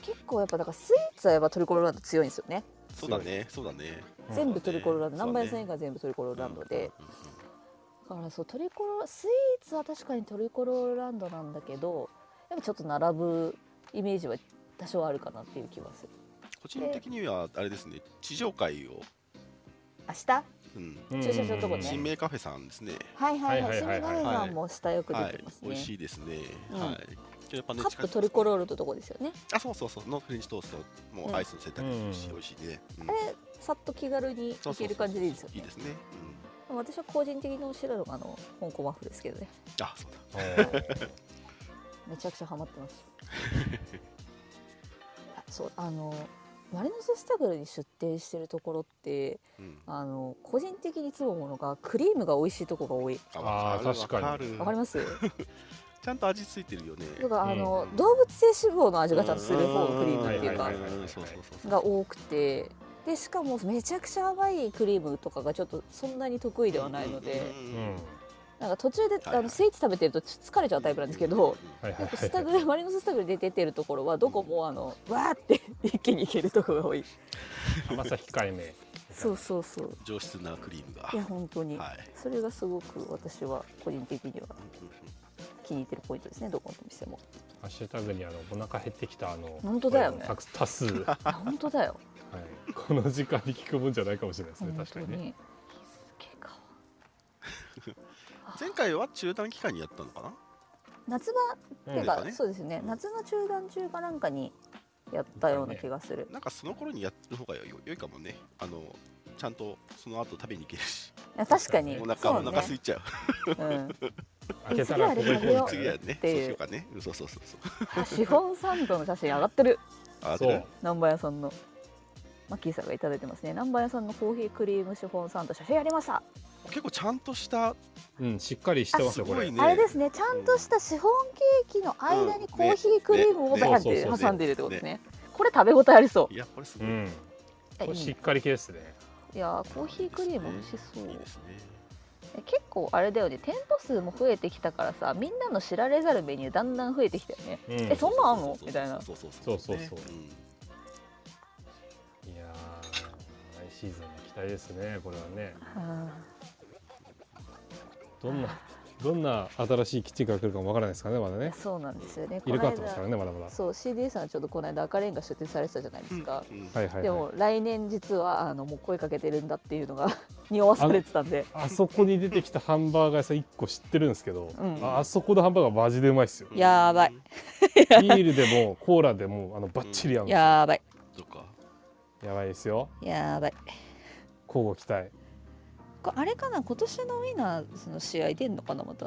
結構やっぱだからスイーツはやっぱトリコロールランド強いんですよね
そうだね、そうだね。
うん
全部トリコロールランド
そうね
南蛮屋さん以外は全部トリコロールランドで
うんうんうん
だからそうトリコロスイーツは確かにトリコロールランドなんだけどやっぱちょっと並ぶイメージは多少あるかなっていう気はする
個人的にはあれですね、地上階を、
明日
うん、
うん
駐車場のとこね
新名カフェさんですね。
はいはいは
はいい
清
は
水
いはいはい
亀さんも下よく出
はい
てます、ね、
美味しいですね。
うん
はい。やっぱね
カップトリコロールのとこですよね
あ、そうそうそう、のフレンチトースト、も
うん
うアイスのせたりもし、
うん
美味しいね。うん
あれさっと気軽に
そう
い
そうそう
ける感じでいいですよ
いい
ね
ですね。うん
でも私は個人的に推してるのがあの香港ワッフルですけどね
あ、そうだ。
おー
めちゃくちゃハマってますあそうあのマリノススタグルに出店してるところって
うん。
あの個人的にいつも思うのがクリームが美味しいとこが多い
あー
わる
確かに
わる
わかります
ちゃんと味ついてるよね。
だからあの、
うん
動物性脂肪の味がちゃんとする方のクリームっていう
は
か
いはいはいはい
そうそうそうそう。
が多くてでしかもめちゃくちゃ甘いクリームとかがちょっとそんなに得意ではないので、
うん
うん
なんか途中で、
はい
あのスイーツ食べてるとちょっと疲れちゃうタイプなんですけど、
はいはいはい
スタグルマリノススタグルで出てるところはどこもあのわーって一気にいけるところが多い
甘さ控えめ
そうそうそう
上質なクリームが。
いや本当に、
はい。
それがすごく私は個人的には
うんうんうん
気に入ってるポイントですねどこのお店も
ハッシュタグにあのお腹減ってきたあの
本当だよね
多多数、はい
や本当だよ
い、この時間に聞くもんじゃないかもしれないですね
本
確か
当
にね
に日付かあ
前回は中断期間にやったのかな。
夏場っていう
う
か、
んですかね
そうですね
うん
夏の中断中かなんかにやったような
やったね
気がする、
なんかその頃にやる方がよ良いかもね。あのちゃんとその後食べに行けるし、
あ確かに
お
そ
腹
う
お腹空いちゃう。
うん、
開けたらここ行こうみたいなね
次はね、
て
そう
いう
しようかね。うんそうそうそうそう。
あシフォンサンドの写真上がってる
あ
そ
で
う
ね
南波屋さんのマッキーさんがいただいてますね南波屋さんのコーヒークリームシフォンサンド写真やりました、
結構ちゃんとした
うんしっかりしてますよ
あす
こ
ご
れ
いね
あれですねちゃんとしたシフォンケーキの間
うん
にコーヒークリームを
ね
バーって
ね
挟んでいるってことですね
ね
これ食べ応えありそ
いやこれす
う
ごい。
ん
う
これ
い
しっ
い
かり系ですね
いやーコーヒークリーム美味しそう
いいですね。
え結構あれだよね店舗数も増えてきたからさみんなの知られざるメニューだんだん増えてきたよね
うん
えそんなんあんのみたいな
そうそう
そうそうそう
うん
いやー来シーズンも期待ですねこれはね
うん
どんなどんな新しい基地が来るかもわからないですからねまだね
そうなんですよね
入れ替わってますから
こ
ねまだまだ
の間そう CD さんちょっとこの間赤レンガ出店されてたじゃないですか、
うんうん
はいはい、はい、
でも来年実はあのもう声かけてるんだっていうのが 匂わされてたんで
あそこに出てきたハンバーガー屋さん1個知ってるんですけど、
うん
ああそこのハンバーガーマジでうまいっすよ
うん
やばい。
ビールでもコーラでもあのバッチリ合うんですよ
やばい
とか。
やばいですよ
やばい
交互期待
こあれかな今年のウィナーズの試合出んのかなまた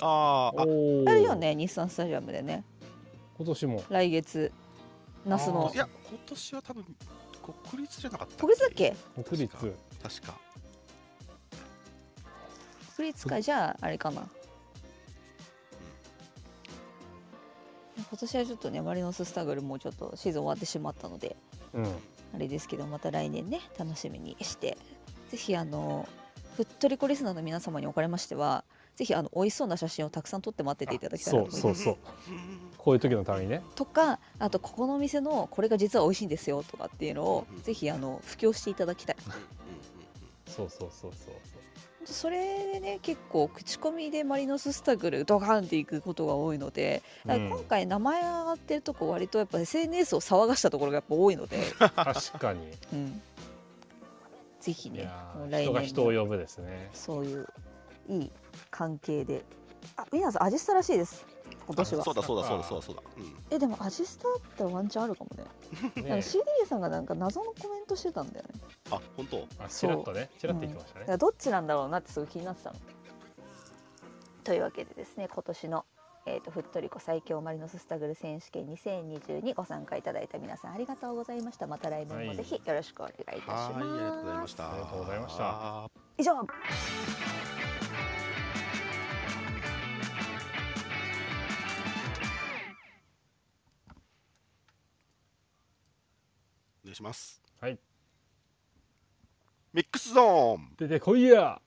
あーあ、
おー
あるよね日産スタジアムでね
今年も
来月那須
あ
の
ー
いや今年は多分国立じゃなかった。
国立だっけ
国立
確か確か。
国立かじゃああれかな今年はちょっとねマリノススタグルもちょっとシーズン終わってしまったので
うん
あれですけどまた来年ね楽しみにしてぜひあのふっとりこリスナーの皆様におかれましてはぜひあの美味しそうな写真をたくさん撮って待ってていただきたいな
そ
と
う
思い
そ
ま
う
す。
そう
うん
こういう時のためにね
とかあとここのお店のこれが実は美味しいんですよとかっていうのを
うん
ぜひあの布教していただきたい
うんうんうんうん
そうそうそうそう
それでね結構口コミでマリノススタグルドカンっていくことが多いので、だから今回名前上がってるとこ割とやっぱ SNS を騒がしたところがやっぱ多いの で、
確かに
うん、ぜひ
い
ね
や
も
ー
う
人が
来
人を
年
呼ぶですね
そういういい関係であウィナーズアジスタらしいです今年は
そうだそうだそうだそうだそうだ、うん、
えでもアジスタだったらワンチャンあるかもねなん
ね
か CDA さんがなんか謎のコメントしてたんだよね
あ本当
あちらっとねちらっと言ってました
だ
ね、
からどっちなんだろうなってすごい気になってたの。というわけでですね今年の、えー、とふっとりこ最強マリノススタグル選手権2020にご参加いただいた皆さんありがとうございましたまた来年もぜひよろしくお願いいたし
は
ま。
いありがとうございますした
ありがとうございました
以上
お願いします
はい
ミックスゾーン
出てこいや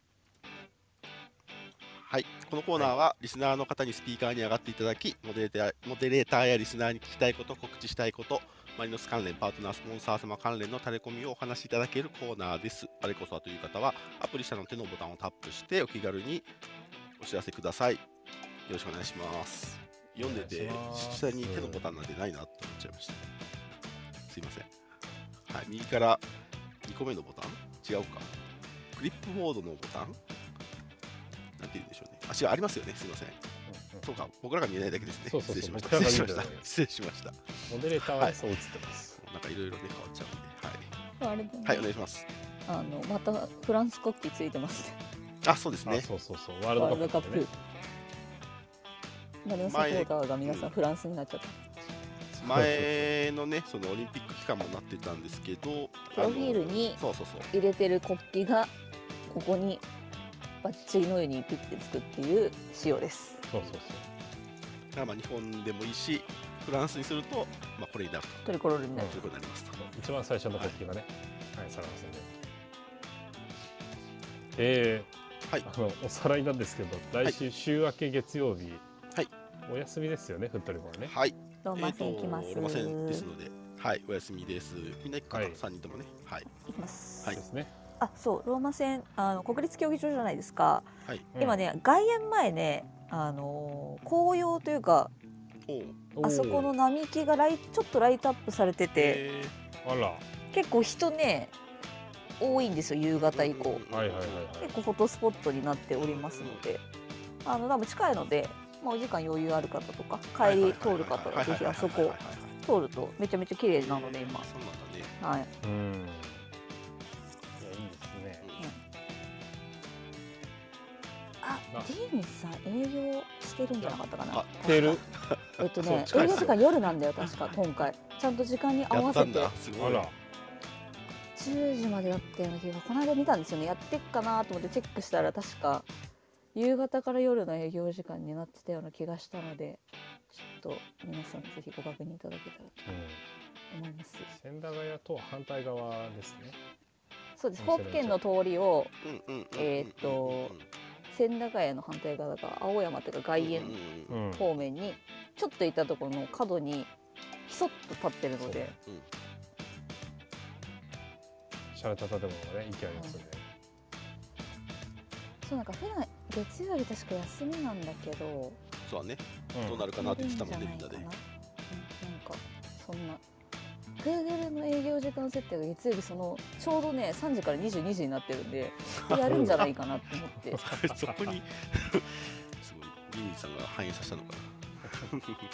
はい、このコーナーはリスナーの方にスピーカーに上がっていただき、モデレーターモデレーターやリスナーに聞きたいこと、告知したいこと、マリノス関連、パートナー、スポンサー様関連のタレコミをお話しいただけるコーナーです。あれこそはという方は、アプリ下の手のボタンをタップして、お気軽にお知らせください。よろしくお願いします。読んで
お
て
願いしま、す
下に手のボタンなんてないなって思っちゃいました。すいません。はい、右から2個目のボタン違うか。クリップボードのボタンなんて言うんでしょうね。あ、違う、ありますよね。すいません。そうか、僕らが見えないだけですね。
そうそうそう
失礼しまし
僕
た。
らが
失
見えな
礼しま
いだ
し
け
た。失礼しました。
モデレーターはそう映ってます、
なんかいろいろね、変わっちゃうんで。
あれだね
はい。はい、お願いします。
あのまたフランス国旗ついてますね
あ、そうです
あ
ね。
そうそうそうワール
ワー
ド
ル
カ
ドカ
ッ
ッ
プ
プ
でね。
マリノスサポーターが皆さんフランスになっちゃった。
前のね、そのオリンピック期間もなってたんですけど、
プロフィールに
あのそうそうそう。
入れてる国旗がここにバッチリのようにピッてつくっていう仕様です。
そうそう
だからまあ日本でもいいし、フランスにすると、まあこれになると。
トリコロールになる
ということになりますと。
そう一番最初の国旗がねはいされますんでえー
はい
あのおさらいなんですけど来週週明け月曜日
はい
お休みですよねフットリボはね
はい。
ローマ戦行きます。
えーとローマ戦ですので、はい、お休みです。みんな行くかな、
はい
3人ともね。はい。
行きます。
はい
ですね
あ、そう、ローマ戦、あの国立競技場じゃないですか。
うん
今ね、外苑前ね、あのー紅葉というか、
おう
おー
あそこの並木がライ、ちょっとライトアップされてて、
え
あら
結構人ね。多いんですよ、夕方以
うん
降
うん。
はいはいはいはい
結構フォトスポットになっておりますので。あの、多分近いので、まあ、お時間余裕ある方とか、
ー
帰り通る方はぜひあそこ。通ると、めちゃめちゃ綺麗なので、今
えー。そうなんだね。
はい。
うんいやいいですね
あ
な、
ディーンさん営業してるんじゃなかったかな
あ。
テール
えっと
そう
ね、
近い
営
っす
業
よ
時間夜なんだよ確か今回。ちゃんと時間に合
や
わ
った
せ
ん
て
だ。すご
あ
い。
ら
10時までやったような気がこの間見たんですよね。やってっかなと思ってチェックしたら確か夕方から夜の営業時間になってたような気がしたので、ちょっと皆さんぜひご確認いただけたらと
うん
思います。
千駄ヶ谷とは反対側ですね
そうです。甲府県の通りを
うんうんうんうん
えーっと千駄ヶ谷の反対側だから青山というか外苑
うんうんうん
ん
方面にちょっといたところの角にひそっと立ってるので。
シャレた建物がね、勢いますんで。
そうなんか普段月曜日確か休みなんだけど
そうだね。
うん
どうなるかなって言ってたもんねみんなで。
なんかそんな Google の営業時間設定が月曜日そのちょうどね3時から22時になってる んでやるんじゃないかなって思って
そ こにすごいリリーさんが反映させたのか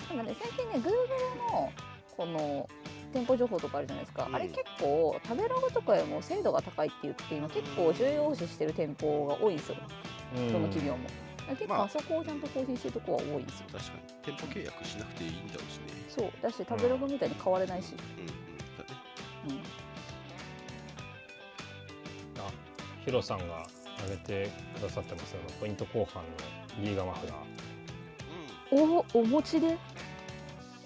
でもね最近ね Google のこの店舗情報とかあるじゃないですか、
うん
あれ結構食べログとかよりも精度が高いって言って今結構重要視してる店舗が多いんですよ
うん
どの企業も結
ま
構
あ
あそこをちゃんと更新してるとこは多いんですよ
な。確かに店舗契約しなくていいんだろうしね。
そうだし食べログみたいに変われないし、
うんうんだね。
うん、
あ、ヒロさんが挙げてくださってますよ。あのポイント後半のリーガマフラー。
おお餅でど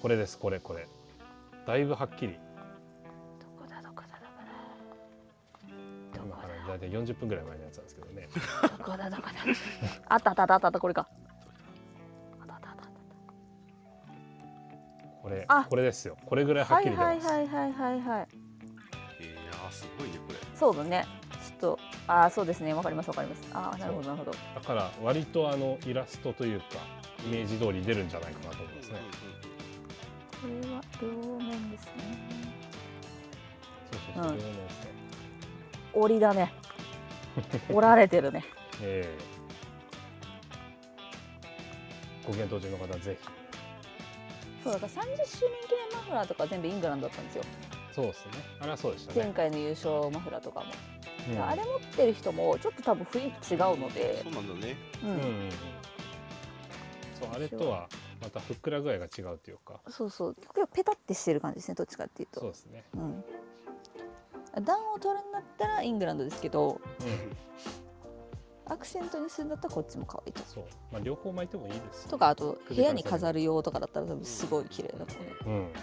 これです、これ、これ。だいぶはっきり。
こだどこだど
今
こ
からだいたい40分ぐらい前のやつなんですけどね。
だどこだどこだどこだあったあったあったあったあったこれかあったあったあった
これ
あ、
これですよ。これぐらいは
は
っき
い
り出ま
はい
す。
はいはいはいはい
うん。いやーすごいねこれ。
そうだねとああそうですねわかりますわかりますああなるほどなるほど
だから割とあのイラストというかイメージ通り出るんじゃないかなと思いますね。
これは両面ですね
そうそうそう
うん
両面ですね
折りだ ね折られてるね
えーご検討中の方はぜひ
そうだから30周年記念マフラーとか全部イングランドだったんですよ
そうですねあれはそうでした
前
ね、
回の優勝マフラーとかも、
うん、
あれ持ってる人もちょっと多分雰囲気違うので
そうなんだね。
う、
うんんうんうんそうあれとはまたふっくら具合が違うというか
そうそう結構ペタってしてる感じですねどっちかっていうと
そうですね、
うん暖を取るんだったらイングランドですけど
うん、
アクセントにするんだったらこっちも可愛いと
そうまあ両方巻いてもいいですよ
とかあと部屋に飾る用とかだったら多分すごい綺麗だと思う
うんで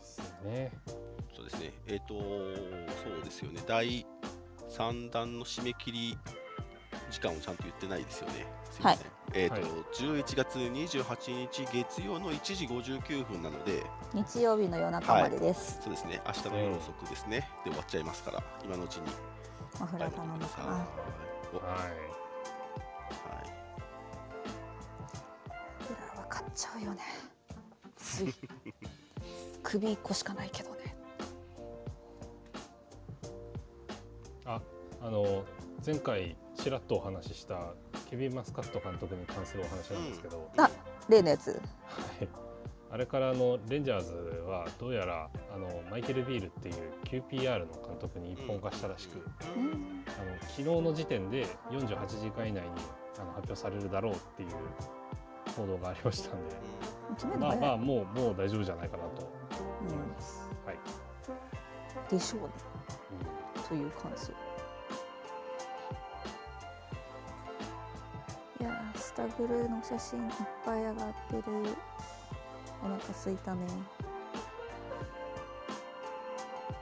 すね
そうですね。えっ、とそうですよね。第三弾の締め切り時間をちゃんと言ってないですよね。すません。えっ、と、
はい
11月28日月曜の1時59分なので、
日曜日の夜中までです、
そうですね。明日の夜遅くですね。で終わっちゃいますから、今のうちに
マフラー頼むかな
おは
はい
マフラーは買っちゃうよねつい首1個しかないけどね
あの前回ちらっとお話ししたケビン・マスカット監督に関するお話なんですけど、
あ例のやつ
はいあれからあのレンジャーズはどうやらあのマイケル・ビールっていう QPR の監督に一本化したらしく、
う
うん
ん
あの昨日の時点で48時間以内にあの発表されるだろうっていう報道がありましたんで、
決めるの
まあ
早い、
まあもうもう大丈夫じゃないかなと思います。はい、
うん、でしょうねという感想いやースタグルの写真いっぱい上がってるお腹すいたね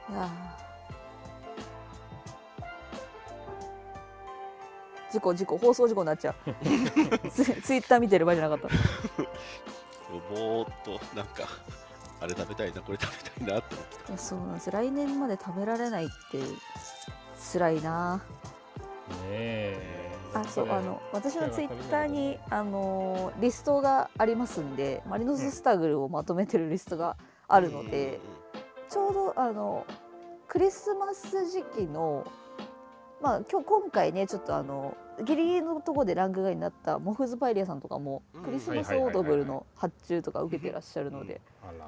いやー事故事故放送事故になっちゃうツイツイッター見てる場合じゃなかった
ぼーっとなんかあれ食べたいなこれ食べたいなって思って
いやそうなんです来年まで食べられないって辛いな
ねえ。
あそうあの私の
手が
ツイ
足りない
ッターにあのーリストがありますんでマリノススタグルをまとめてるリストがあ
あ
るので、ちょうどあのクリスマス時期のまあ今日今回ねちょっとあのギリギリのところでランク外になったモフズパエリアさんとかも
うん
クリスマスオードブルの発注とか受けてらっしゃるので、
あら。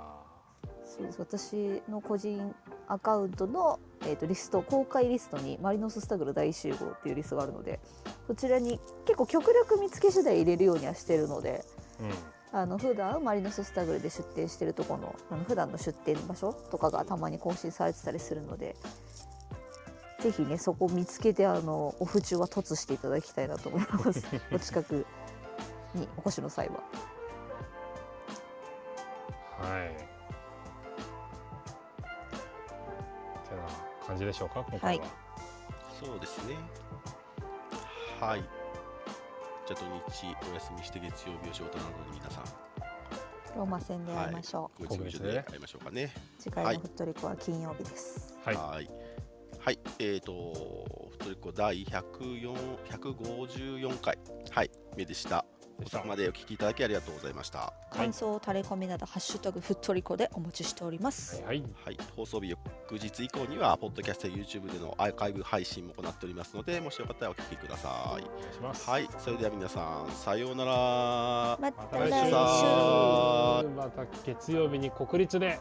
そうです私の個人アカウントの、えー、とリスト公開リストに「マリノススタグル大集合」っていうリストがあるのでそちらに結構極力見つけ次第入れるようにはしてるので
うん。
あの普段マリノススタグルで出店してるとこのあの普段の出店場所とかがたまに更新されてたりするので。ぜひねそこ見つけてあのオフ中は凸していただきたいなと思いますお近くにお越しの際は
はい。てな感じでしょうか今回は。
そうですねはいじゃあ土日お休みして月曜日お仕事などで皆さん
ローマ戦で会いましょう、
ご一緒
国
に
立でね
会いましょうかね
次回のふっとりこは金曜日です、
はい。
はいはいえーとふとりこ第104 154回はい目でした
でし
遅
た
くまでお聞きいただきありがとうございました
感想、タレコミなど、ハッシュタグふっとりこでお待ちしておりま
は
す。
いはい。
はい、放送日翌日以降には、ポッドキャストや YouTube でのアーカイブ配信も行っておりますので、もしよかったらお聞きくださ
お
い。
願いします。
はい、それでは皆さん、さようなら。
ま
ま
た
た
来
来
週
週。また月曜日に国立で。